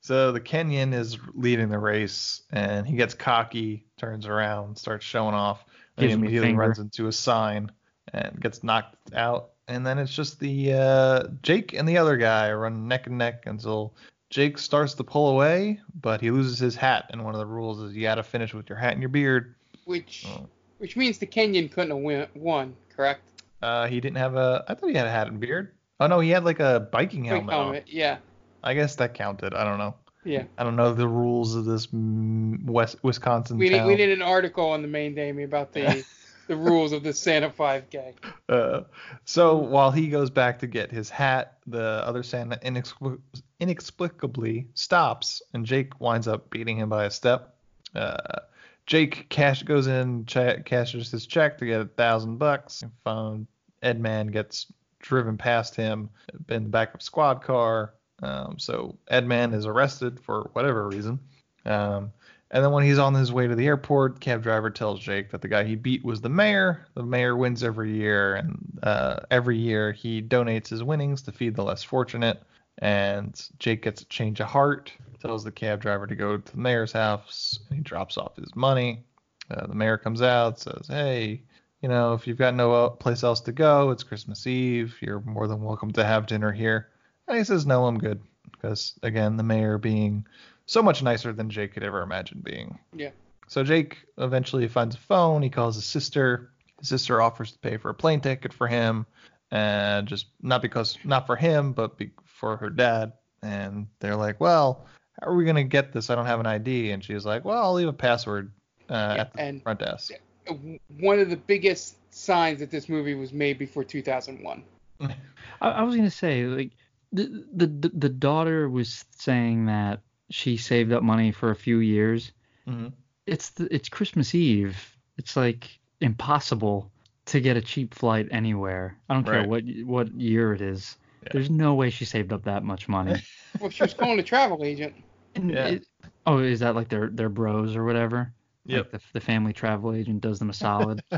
So the Kenyan is leading the race, and he gets cocky, turns around, starts showing off, and
Gives him the
immediately
finger.
runs into a sign and gets knocked out. And then it's just the uh, Jake and the other guy run neck and neck until Jake starts to pull away, but he loses his hat. And one of the rules is you got to finish with your hat and your beard.
Which
Oh.
which means the Kenyan couldn't have win, won, correct?
Uh, he didn't have a. I thought he had a hat and beard. Oh no, he had like a biking
Quick
helmet. on.
helmet, Yeah,
I guess that counted. I don't know.
yeah.
I don't know the rules of this mm, West Wisconsin
We
town.
did, we did an article on the main Damie about the the rules of the Santa 5K.
Uh, so while he goes back to get his hat, the other Santa inexplic- inexplicably stops, and Jake winds up beating him by a step. Uh, Jake cash goes in, cha- cashes his check to get a thousand bucks. and Found Edman gets driven past him in the back of a squad car. Um, so Edman is arrested for whatever reason. Um, and then when he's on his way to the airport, cab driver tells Jake that the guy he beat was the mayor. The mayor wins every year, and uh, every year he donates his winnings to feed the less fortunate. And Jake gets a change of heart, tells the cab driver to go to the mayor's house, and he drops off his money. Uh, the mayor comes out, says, "Hey, you know, if you've got no el- place else to go, it's Christmas Eve. You're more than welcome to have dinner here." And he says, "No, I'm good," because again, the mayor being so much nicer than Jake could ever imagine being.
Yeah.
So Jake eventually finds a phone. He calls his sister. His sister offers to pay for a plane ticket for him, and just not because not for him, but be, for her dad. And they're like, "Well, how are we gonna get this? I don't have an ID." And she's like, "Well, I'll leave a password uh, at the
and-
front desk."
one of the biggest signs that this movie was made before 2001.
I, I was gonna say like the, the the the daughter was saying that she saved up money for a few years.
Mm-hmm.
It's the, it's Christmas Eve. It's like impossible to get a cheap flight anywhere. I don't
Right.
care what what year it is. There's no way she saved up that much money.
Well, she was calling a travel agent.
And it- oh, is that like their their bros or whatever? Like the, the family travel agent does them a solid.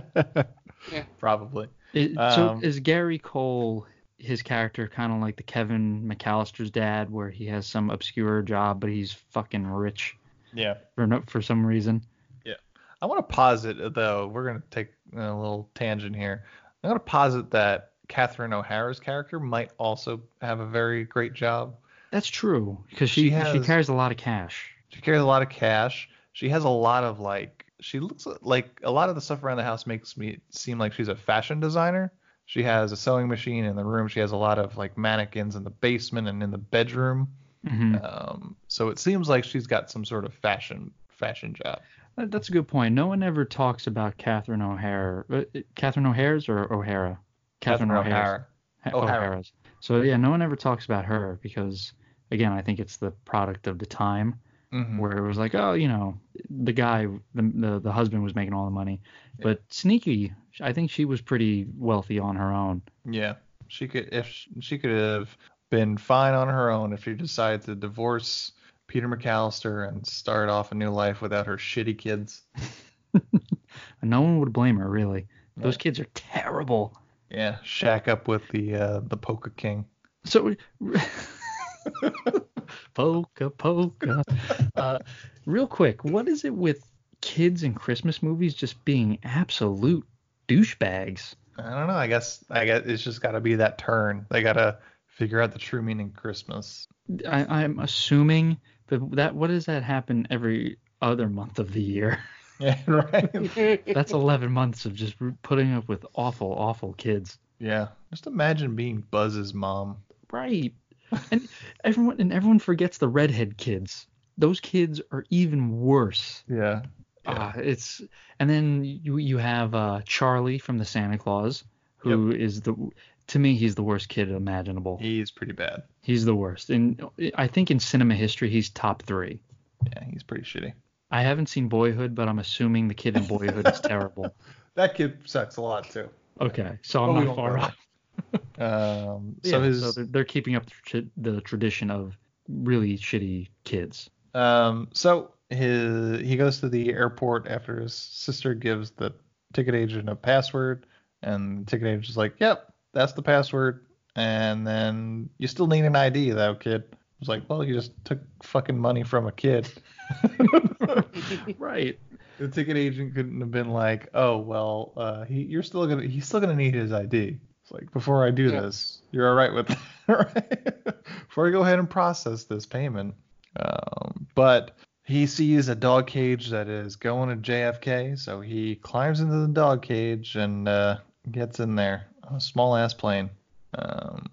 Probably.
It,
Um,
so is Gary Cole his character kind of like the Kevin McAllister's dad, where he has some obscure job but he's fucking rich
yeah.
for no, for some reason?
Yeah. I want to posit, though, we're going to take a little tangent here. I'm going to posit that Catherine O'Hara's character might also have a very great job.
That's true because
She
she she,
has-
carries a lot of cash.
She carries a lot of cash. She has a lot of, like, she looks like a lot of the stuff around the house makes me seem like she's a fashion designer. She has a sewing machine in the room. She has a lot of, like, mannequins in the basement and in the bedroom.
Mhm.
Um, so it seems like she's got some sort of fashion fashion job.
That- That's a good point. No one ever talks about Catherine O'Hara. Uh, Catherine O'Hara's or O'Hara?
Catherine
O'Hara's. Ha-
O'Hara.
O'Hara's. So yeah, no one ever talks about her because again, I think it's the product of the time
Mhm.
where it was like, oh, you know, the guy, the, the the husband was making all the money, but Sneaky, I think she was pretty wealthy on her own.
Yeah, she could if sh- she could have been fine on her own if she decided to divorce Peter McAllister and start off a new life without her shitty kids.
And no one would blame her really. Those kids are terrible.
Yeah, shack up with the uh, the Polka King.
So polka polka. Uh, real quick, what is it with kids in Christmas movies just being absolute douchebags?
I don't know. I guess I guess it's just got to be that turn. They got to figure out the true meaning of Christmas.
I, I'm assuming that that what does that happen every other month of the year?
Yeah, right.
That's 11 months of just putting up with awful, awful kids.
Yeah, just imagine being Buzz's mom.
Right. And everyone and everyone forgets the redhead kids. Those kids are even worse.
Yeah.
Ah, it's and then you you have uh, Charlie from the Santa Claus, who is the to me he's the worst kid imaginable.
He's pretty bad.
He's the worst, and I think in cinema history he's top three.
Yeah, he's pretty shitty.
I haven't seen Boyhood, but I'm assuming the kid in Boyhood is terrible.
That kid sucks a lot too.
Okay, so
But
I'm
Oh, we
not
won't
far
go
off.
there. Um,
Yeah,
so his
they're, they're keeping up the, tra- the tradition of really shitty kids.
Um, so his he goes to the airport after his sister gives the ticket agent a password, and the ticket agent's like, "Yep, that's the password." And then you still need an ID though, kid. I was like, "Well, you just took fucking money from a kid."
right.
The ticket agent couldn't have been like, "Oh, well, uh, he you're still gonna he's still gonna need his ID." It's like before I do
Yeah.
this, you're all right with before I go ahead and process this payment. Um, but he sees a dog cage that is going to JFK, so he climbs into the dog cage and uh, gets in there. A small ass plane. Um,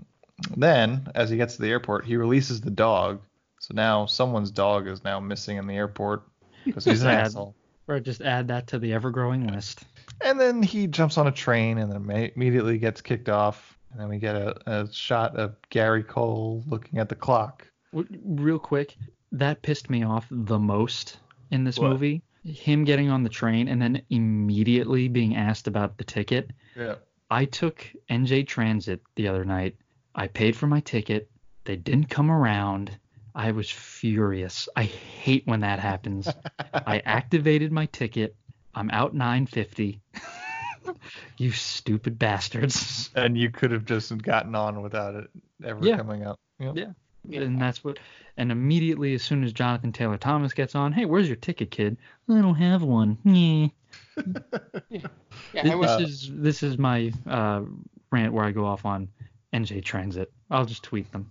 then, as he gets to the airport, he releases the dog. So now someone's dog is now missing in the airport because he's an
Sad.
asshole.
Or just add that to the ever-growing list.
And then he jumps on a train and then ma- immediately gets kicked off. And then we get a, a shot of Gary Cole looking at the clock.
W- Real quick, that pissed me off the most in this
What?
movie. Him getting on the train and then immediately being asked about the ticket.
Yeah.
I took NJ Transit the other night. I paid for my ticket. They didn't come around. I was furious. I hate when that happens. I activated my ticket. I'm out 950. you stupid bastards.
And you could have just gotten on without it ever
Yeah.
coming up.
Yeah. And that's what. And immediately, as soon as Jonathan Taylor Thomas gets on, hey, where's your ticket, kid? I don't have one. Yeah.
Yeah, I
Th-
was, uh,
this is this is my uh, rant where I go off on NJ Transit. I'll just tweet them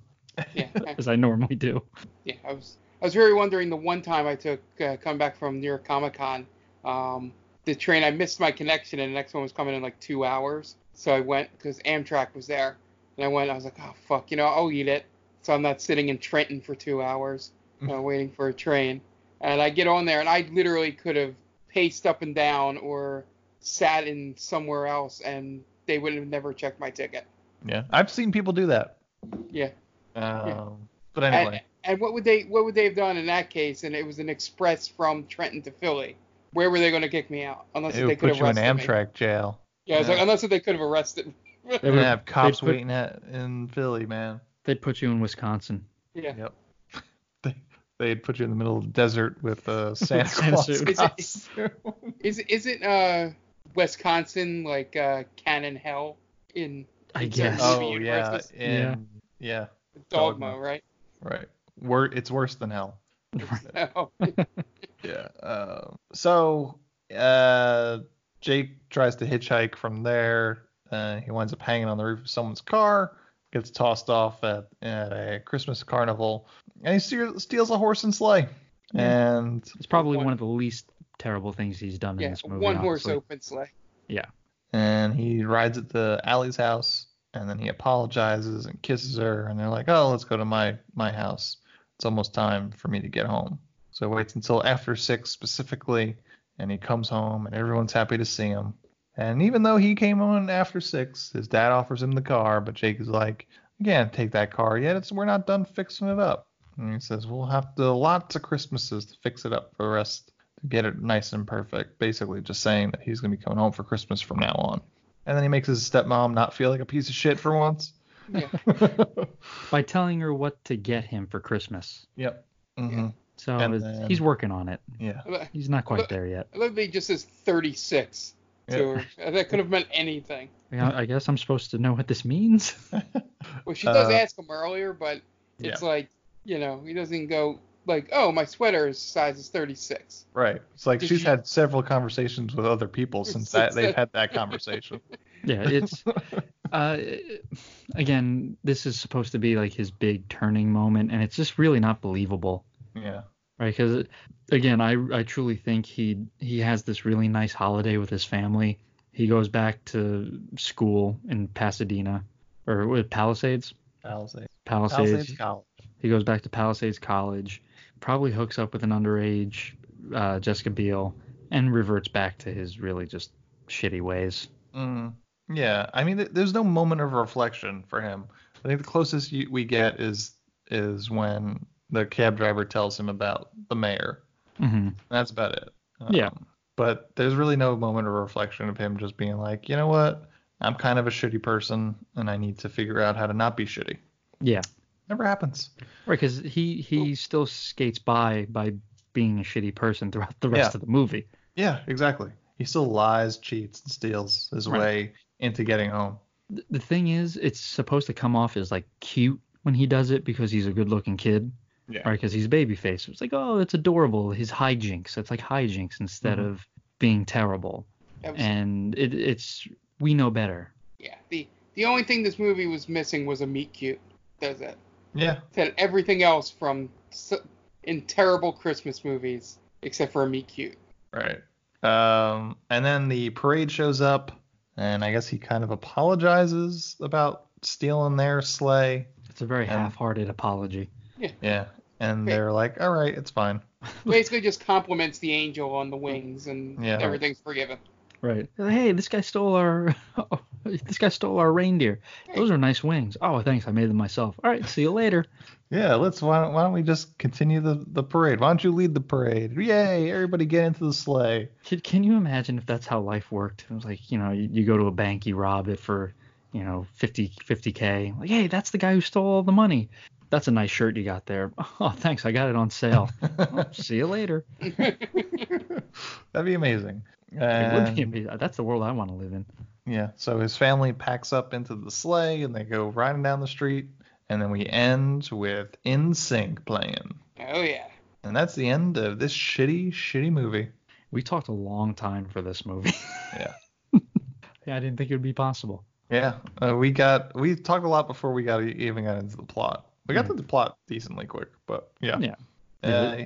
yeah, I,
as I normally do.
yeah, I was, I was very wondering the one time I took uh, coming back from New York Comic Con, um, the train I missed my connection and the next one was coming in like two hours, so I went because Amtrak was there, and I went. I was like, oh fuck, you know, I'll eat it, so I'm not sitting in Trenton for two hours uh, waiting for a train. And I get on there, and I literally could have paced up and down or sat in somewhere else and they would have never checked my ticket.
Yeah, I've seen people do that.
Yeah.
Um,
Yeah.
But anyway,
And, and what would they what would they have done in that case? And it was an express from Trenton to Philly. Where were they going to kick me out? Unless
it
they
would
could
put
have
you in
arrested
Amtrak
me.
jail.
Yeah, I was like, unless they could have arrested. me.
They're gonna have cops
put-
waiting at, in Philly, man.
They'd put you in Wisconsin.
Yeah.
Yep. They they'd put you in the middle of the desert with uh, Santa
Santa
Claus.
suit.
Is it, is is it uh Wisconsin like uh Cannon Hell in?
I
it's a
guess.
movie
Oh
universe,
yeah,
it's
and yeah,
Dogma, right?
right. Wor- it's worse than hell.
No.
Yeah. Um, so uh, Jake tries to hitchhike from there. Uh, he winds up hanging on the roof of someone's car, gets tossed off at, at a Christmas carnival, and he steer- steals a horse and sleigh.
Yeah.
And
It's probably one, of the least terrible things he's done in
yeah,
this movie.
one horse
honestly.
open sleigh.
Yeah.
and he rides at the Allie's house, and then he apologizes and kisses her, and they're like, "Oh, let's go to my my house. It's almost time for me to get home." So he waits until after six specifically, and he comes home, and everyone's happy to see him. And even though he came on after six, his dad offers him the car, but Jake is like, "You can't take that car yet. It's we're not done fixing it up." And he says, "We'll have to lots of Christmases to fix it up for the rest." to Get it nice and perfect. Basically, just saying that he's going to be coming home for Christmas from now on. And then he makes his stepmom not feel like a piece of shit for once.
By telling her what to get him for Christmas.
Yep. hmm
So
And
it's-
then-
he's working on it.
Yeah.
He's not quite there yet.
I love that he just says 36 to her. Uh, That could have meant anything.
I, mean, I- I guess I'm supposed to know what this means.
Well, she does
Uh,
ask him earlier, but it's like, you know, he doesn't go like, oh, my sweater is size is 36.
Right. It's like
Did
she's
you-
had several conversations with other people since that they've had that conversation.
yeah, it's uh, again, this is supposed to be like his big turning moment, and it's just really not believable.
Yeah.
right because again i i truly think he he has this really nice holiday with his family he goes back to school in pasadena or with palisades
Palisades.
Palisades.
College.
he goes back to palisades college probably hooks up with an underage uh, jessica biel and reverts back to his really just shitty ways
Mm. Yeah. I mean, th- there's no moment of reflection for him. I think the closest you, we get is is when the cab driver tells him about the mayor.
mm-hmm.
That's about it.
yeah
But there's really no moment of reflection of him just being like, you know what? I'm kind of a shitty person, and I need to figure out how to not be shitty.
yeah
Never happens.
right because he he still skates by by being a shitty person throughout the rest
Yeah.
of the movie
Yeah, exactly. He still lies, cheats, and steals his
Right.
way into getting home.
th- the thing is, it's supposed to come off as like cute when he does it because he's a good-looking kid,
Yeah.
right? Because he's babyface. It's like, oh, it's adorable. His hijinks. It's like hijinks instead
Mm-hmm.
Mhm.
of being terrible.
That was-
And it, it's we know better.
Yeah. The the only thing this movie was missing was a meet cute. That's it.
Yeah.
It had everything else from s- in terrible Christmas movies except for a meet cute.
Right. Um, and then the parade shows up, and I guess he kind of apologizes about stealing their sleigh.
It's a very
And-
half-hearted apology.
Yeah. And they're like, all right, it's fine.
Basically, just compliments the angel on the wings and
Yeah.
everything's forgiven.
Right. Hey, this guy stole our this guy stole our reindeer. Those are nice wings. Oh, thanks. I made them myself. All right. See you later.
Yeah, let's. Why don't, why don't we just continue the, the parade? Why don't you lead the parade? Yay! Everybody get into the sleigh.
Can, can you imagine if that's how life worked? It was like, you know, you, you go to a bank, you rob it for, you know, 50, 50K. Like, hey, that's the guy who stole all the money. That's a nice shirt you got there. Oh, thanks. I got it on sale. Oh, see you later.
That'd be amazing.
It would be
And-
amazing. That's the world I want to live in.
Yeah. So his family packs up into the sleigh and they go riding down the street. And then we end with In Sync playing.
Oh yeah.
And that's the end of this shitty, shitty movie.
We talked a long time for this movie.
Yeah.
yeah, I didn't think it would be possible.
Yeah. Uh, we got, we talked a lot before we got e, even got into the plot. We got to the plot decently quick, but yeah.
Hmm. Yeah.
Uh,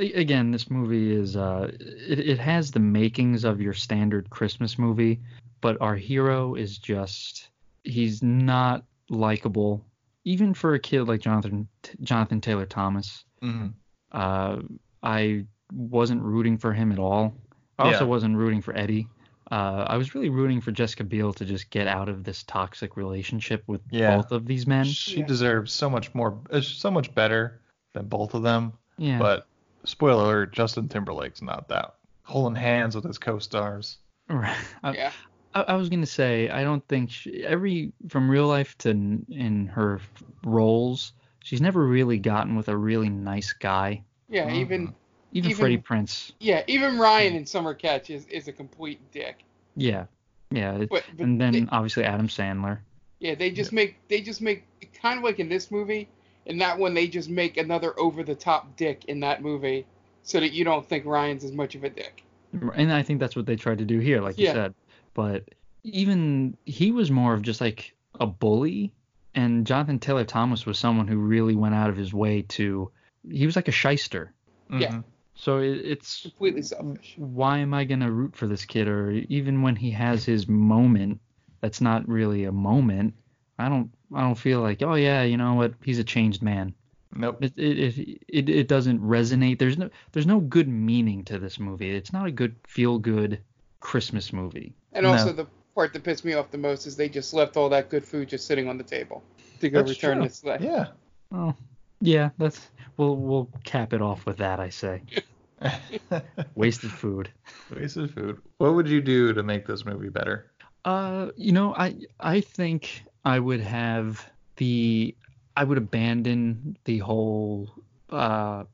A- Again, this movie is uh, it, it has the makings of your standard Christmas movie, but our hero is just he's not likable, even for a kid like Jonathan Jonathan Taylor Thomas.
mhm.
Uh, I wasn't rooting for him at all. I also
Yeah.
wasn't rooting for Eddie. uh, I was really rooting for Jessica Biel to just get out of this toxic relationship with
Yeah.
both of these men.
She deserves so much more, uh, so much better than both of them.
Yeah.
But spoiler alert: Justin Timberlake's not that holding hands with his co-stars.
Right.
Uh,
I, I, I was gonna say I don't think she, every from real life to n- in her f- roles, she's never really gotten with a really nice guy.
Yeah, even
Even,
Even-
Freddie Prince.
yeah, even Ryan in Summer Catch is, is a complete dick.
Yeah. Yeah. it-
But- but
and then obviously Adam Sandler.
Yeah, they just make they just make kind of like in this movie, in that one they just make another over the top dick in that movie, so that you don't think Ryan's as much of a dick.
And I think that's what they tried to do here, like you
Yeah.
said. But even he was more of just like a bully, and Jonathan Taylor Thomas was someone who really went out of his way to. He was like a shyster.
Yeah.
So it, it's
completely selfish.
Why am I gonna root for this kid? Or even when he has his moment, that's not really a moment. I don't. I don't feel like, oh yeah, you know what? He's a changed man.
Nope.
It it, it it it doesn't resonate. There's no there's no good meaning to this movie. It's not a good feel good Christmas movie.
And also the part that pissed me off the most is they just left all that good food just sitting on the table to go
That's
return
true.
this slave.
Yeah.
Oh, yeah. That's we'll we'll cap it off with that. I say. Wasted food.
Wasted food. What would you do to make this movie better?
Uh, you know, I I think I would have the I would abandon the whole. Uh,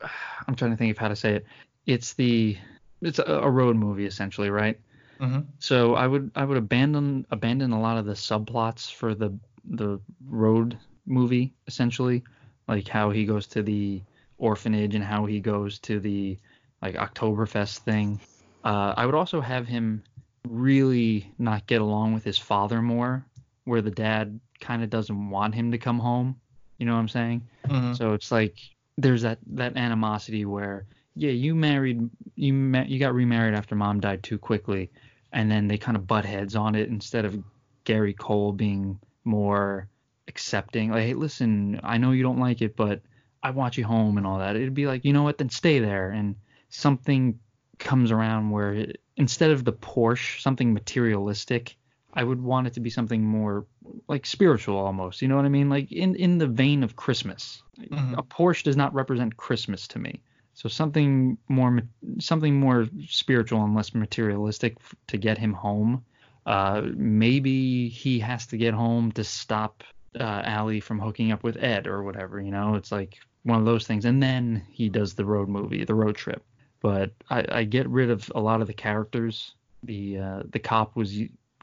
I'm trying to think of how to say it. It's the it's a, a road movie essentially, right?
Mm-hmm.
So I would I would abandon abandon a lot of the subplots for the the road movie essentially, like how he goes to the orphanage and how he goes to the like Oktoberfest thing. Uh, I would also have him really not get along with his father more, where the dad kind of doesn't want him to come home. You know what I'm saying?
Mhm.
So it's like there's that that animosity where yeah, you married you ma- you got remarried after mom died too quickly, and then they kind of butt heads on it instead of Gary Cole being more accepting. Like, hey, listen, I know you don't like it, but I want you home and all that. It'd be like, you know what? Then stay there, and something comes around where it, instead of the Porsche, something materialistic, I would want it to be something more like spiritual almost. You know what I mean? Like in in the vein of Christmas. A Porsche does not represent Christmas to me. So something more ma- something more spiritual and less materialistic f- to get him home. Uh, maybe he has to get home to stop uh, Allie from hooking up with Ed or whatever. You know, it's like one of those things. And then he does the road movie, the road trip but I, I get rid of a lot of the characters. The uh, the cop was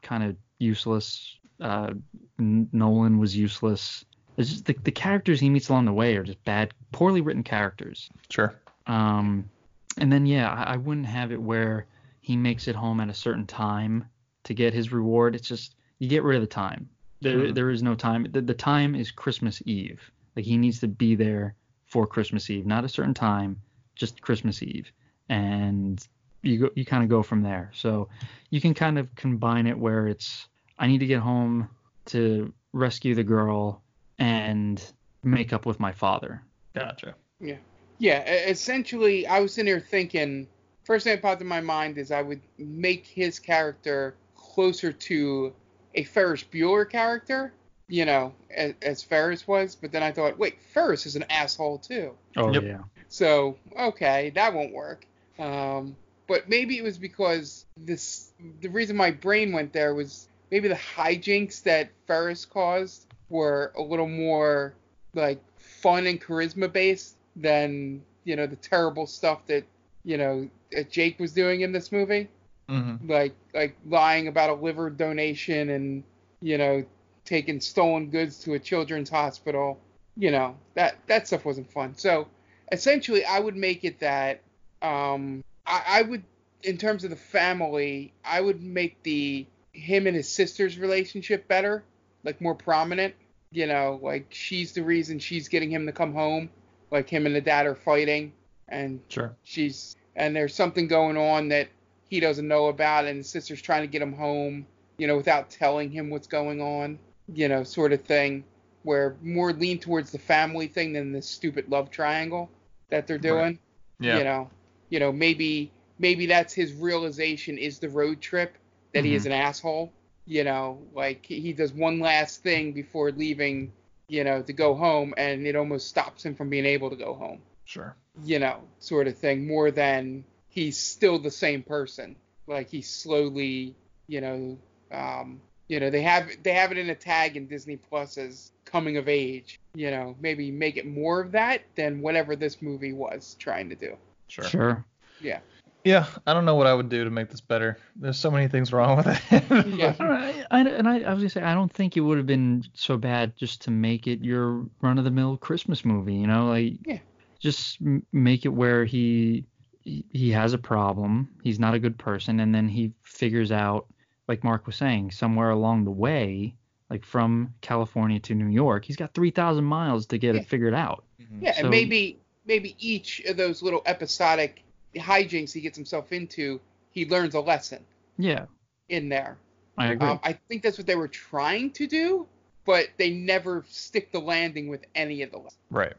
kind of useless. Uh, N- Nolan was useless. It's just the, the characters he meets along the way are just bad, poorly written characters.
Sure.
Um, and then yeah, I, I wouldn't have it where he makes it home at a certain time to get his reward. It's just you get rid of the time. There
Mhm.
there is no time. The, the time is Christmas Eve. Like he needs to be there for Christmas Eve, not a certain time, just Christmas Eve. And you go, you kind of go from there. So you can kind of combine it where it's I need to get home to rescue the girl and make up with my father.
Gotcha.
Yeah. Yeah. e- Essentially, I was in here thinking. First thing that popped in my mind is I would make his character closer to a Ferris Bueller character, you know, as, as Ferris was. But then I thought, wait, Ferris is an asshole too.
Oh
Yep.
yeah.
So okay, that won't work. Um, but maybe it was because this. The reason my brain went there was maybe the hijinks that Ferris caused were a little more like fun and charisma based than you know the terrible stuff that you know that Jake was doing in this movie
Mm-hmm.
like like lying about a liver donation and you know taking stolen goods to a children's hospital you know that that stuff wasn't fun so essentially i would make it that um i, I would in terms of the family i would make the him and his sister's relationship better like more prominent you know like she's the reason she's getting him to come home like him and the dad are fighting and
Sure.
she's and there's something going on that he doesn't know about and his sister's trying to get him home you know without telling him what's going on you know sort of thing where more lean towards the family thing than this stupid love triangle that they're doing
Yeah.
you know you know maybe maybe that's his realization is the road trip that he is
Mhm.
an asshole. You know, like he he does one last thing before leaving, you know, to go home, and it almost stops him from being able to go home.
Sure.
You know, sort of thing. More than he's still the same person. Like he's slowly, you know, um, you know, they have they have it in a tag in Disney Plus as coming of age. You know, maybe make it more of that than whatever this movie was trying to do.
Sure.
Sure.
Yeah.
Yeah, I don't know what I would do to make this better. There's so many things wrong with it.
I, I- and I, I was gonna say I don't think it would have been so bad just to make it your run-of-the-mill Christmas movie. You know, like
Yeah.
just m- make it where he he he has a problem, he's not a good person, and then he figures out, like Mark was saying, somewhere along the way, like from California to New York, he's got 3,000 miles to get it figured out.
Yeah,
So-
and maybe maybe each of those little episodic hijinks he gets himself into, he learns a lesson
Yeah,
in there.
I agree.
Um, I think that's what they were trying to do, but they never stick the landing with any of the lessons.
Right.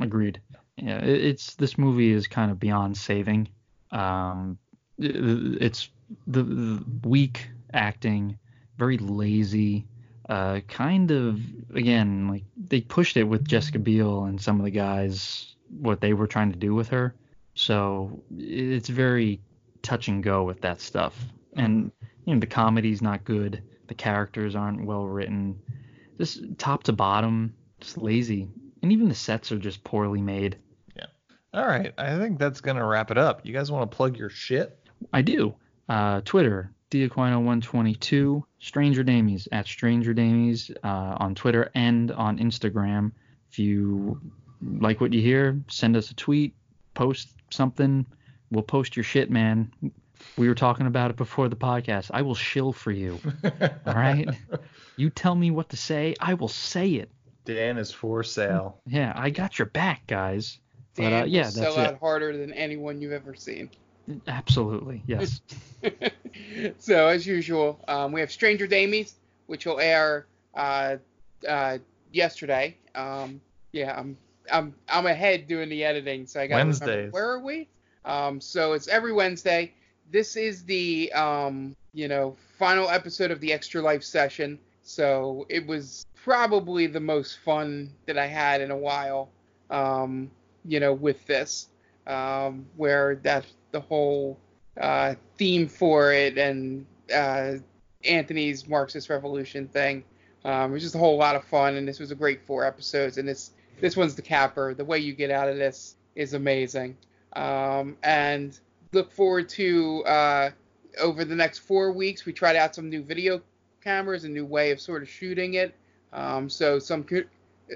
Agreed. Yeah, it, it's this movie is kind of beyond saving. Um, i- i- it's the, the weak acting, very lazy. Uh, kind of again like they pushed it with Jessica Biel and some of the guys what they were trying to do with her. So i- it's very touch and go with that stuff. And you know the comedy's not good. The characters aren't well written just top to bottom, just lazy. And even the sets are just poorly made.
All right, I think that's gonna wrap it up. You guys want to plug your shit?
I do. Uh, Twitter, Diaquino122, Stranger Damies, at Stranger Damies uh, on Twitter and on Instagram. If you like what you hear, send us a tweet, post something. We'll post your shit, man. We were talking about it before the podcast. I will shill for you. All right? You tell me what to say, I will say it.
Dan is for sale.
Yeah, I got your back, guys. But
Dan
uh,
will
yeah,
sell
that's
out
it.
harder than anyone you've ever seen.
Absolutely, yes.
so as usual, um, we have Stranger Damies, which will air uh, uh, yesterday. Um, yeah, I'm I'm I'm ahead doing the editing, so I got
Wednesdays.
Where are we? Um, so it's every Wednesday. This is the um, you know final episode of the Extra Life session. So it was probably the most fun that I had in a while. Um, you know, with this, um, where that the whole uh, theme for it and uh, Anthony's Marxist Revolution thing. Um, it was just a whole lot of fun, and this was a great four episodes. And this this one's the capper. The way you get out of this is amazing. Um, and look forward to uh, over the next four weeks, we tried out some new video cameras, a new way of sort of shooting it. Um, so some co-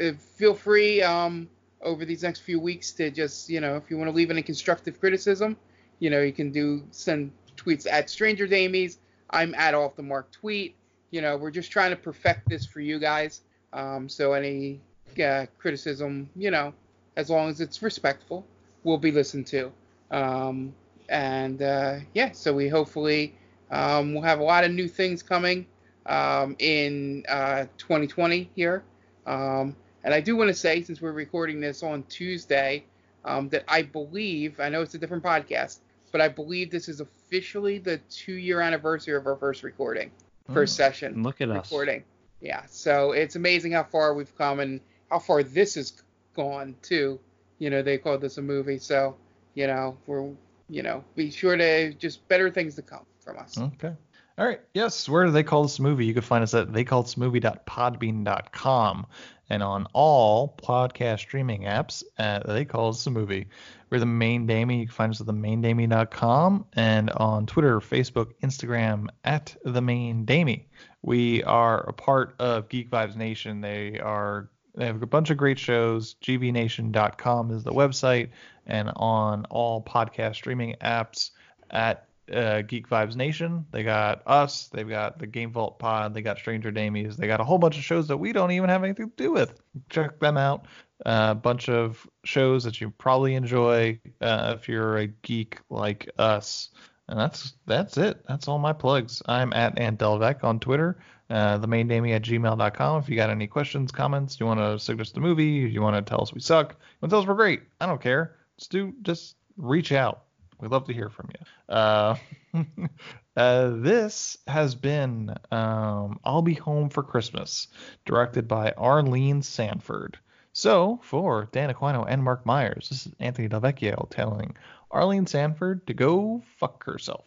uh, feel free um, over these next few weeks to just you know if you want to leave any constructive criticism, you know you can do send tweets at Stranger Damies. I'm at off the mark tweet. You know we're just trying to perfect this for you guys. Um, so any uh, criticism, you know, as long as it's respectful, will be listened to. Um, and uh, yeah, so we hopefully um, we'll have a lot of new things coming um, in uh, 2020 here. Um, and I do want to say, since we're recording this on Tuesday, um, that I believe, I know it's a different podcast, but I believe this is officially the two year anniversary of our first recording, first
Oh,
session
Look at us.
recording. Yeah, so it's amazing how far we've come and how far this has gone too. You know, they called this a movie, so you know we're you know be sure to just better things to come from us.
Okay. All right. Yes, where do they call this movie? You can find us at theycallthismovie.podbean.com and on all podcast streaming apps at they call this a movie. We're the main Damie. You can find us at themaindamie.com and on Twitter, Facebook, Instagram at the main Damie. We are a part of Geek Vibes Nation. They are they have a bunch of great shows. GVNation.com is the website, and on all podcast streaming apps at uh, Geek Vibes Nation. They got us, they've got the Game Vault Pod, they got Stranger Damies, they got a whole bunch of shows that we don't even have anything to do with. Check them out. A bunch of shows that you probably enjoy uh, if you're a geek like us. And that's that's it. That's all my plugs. I'm at Ant Delvec on Twitter, uh, the main at gmail.com. If you got any questions, comments, you want to suggest a movie, you want to tell us we suck, you want to tell us we're great, I don't care. Just do, just reach out. We love to hear from you. Uh, uh, this has been um, I'll Be Home for Christmas, directed by Arlene Sanford. So, for Dan Aquino and Mark Myers, this is Anthony Delvecchio telling Arlene Sanford to go fuck herself.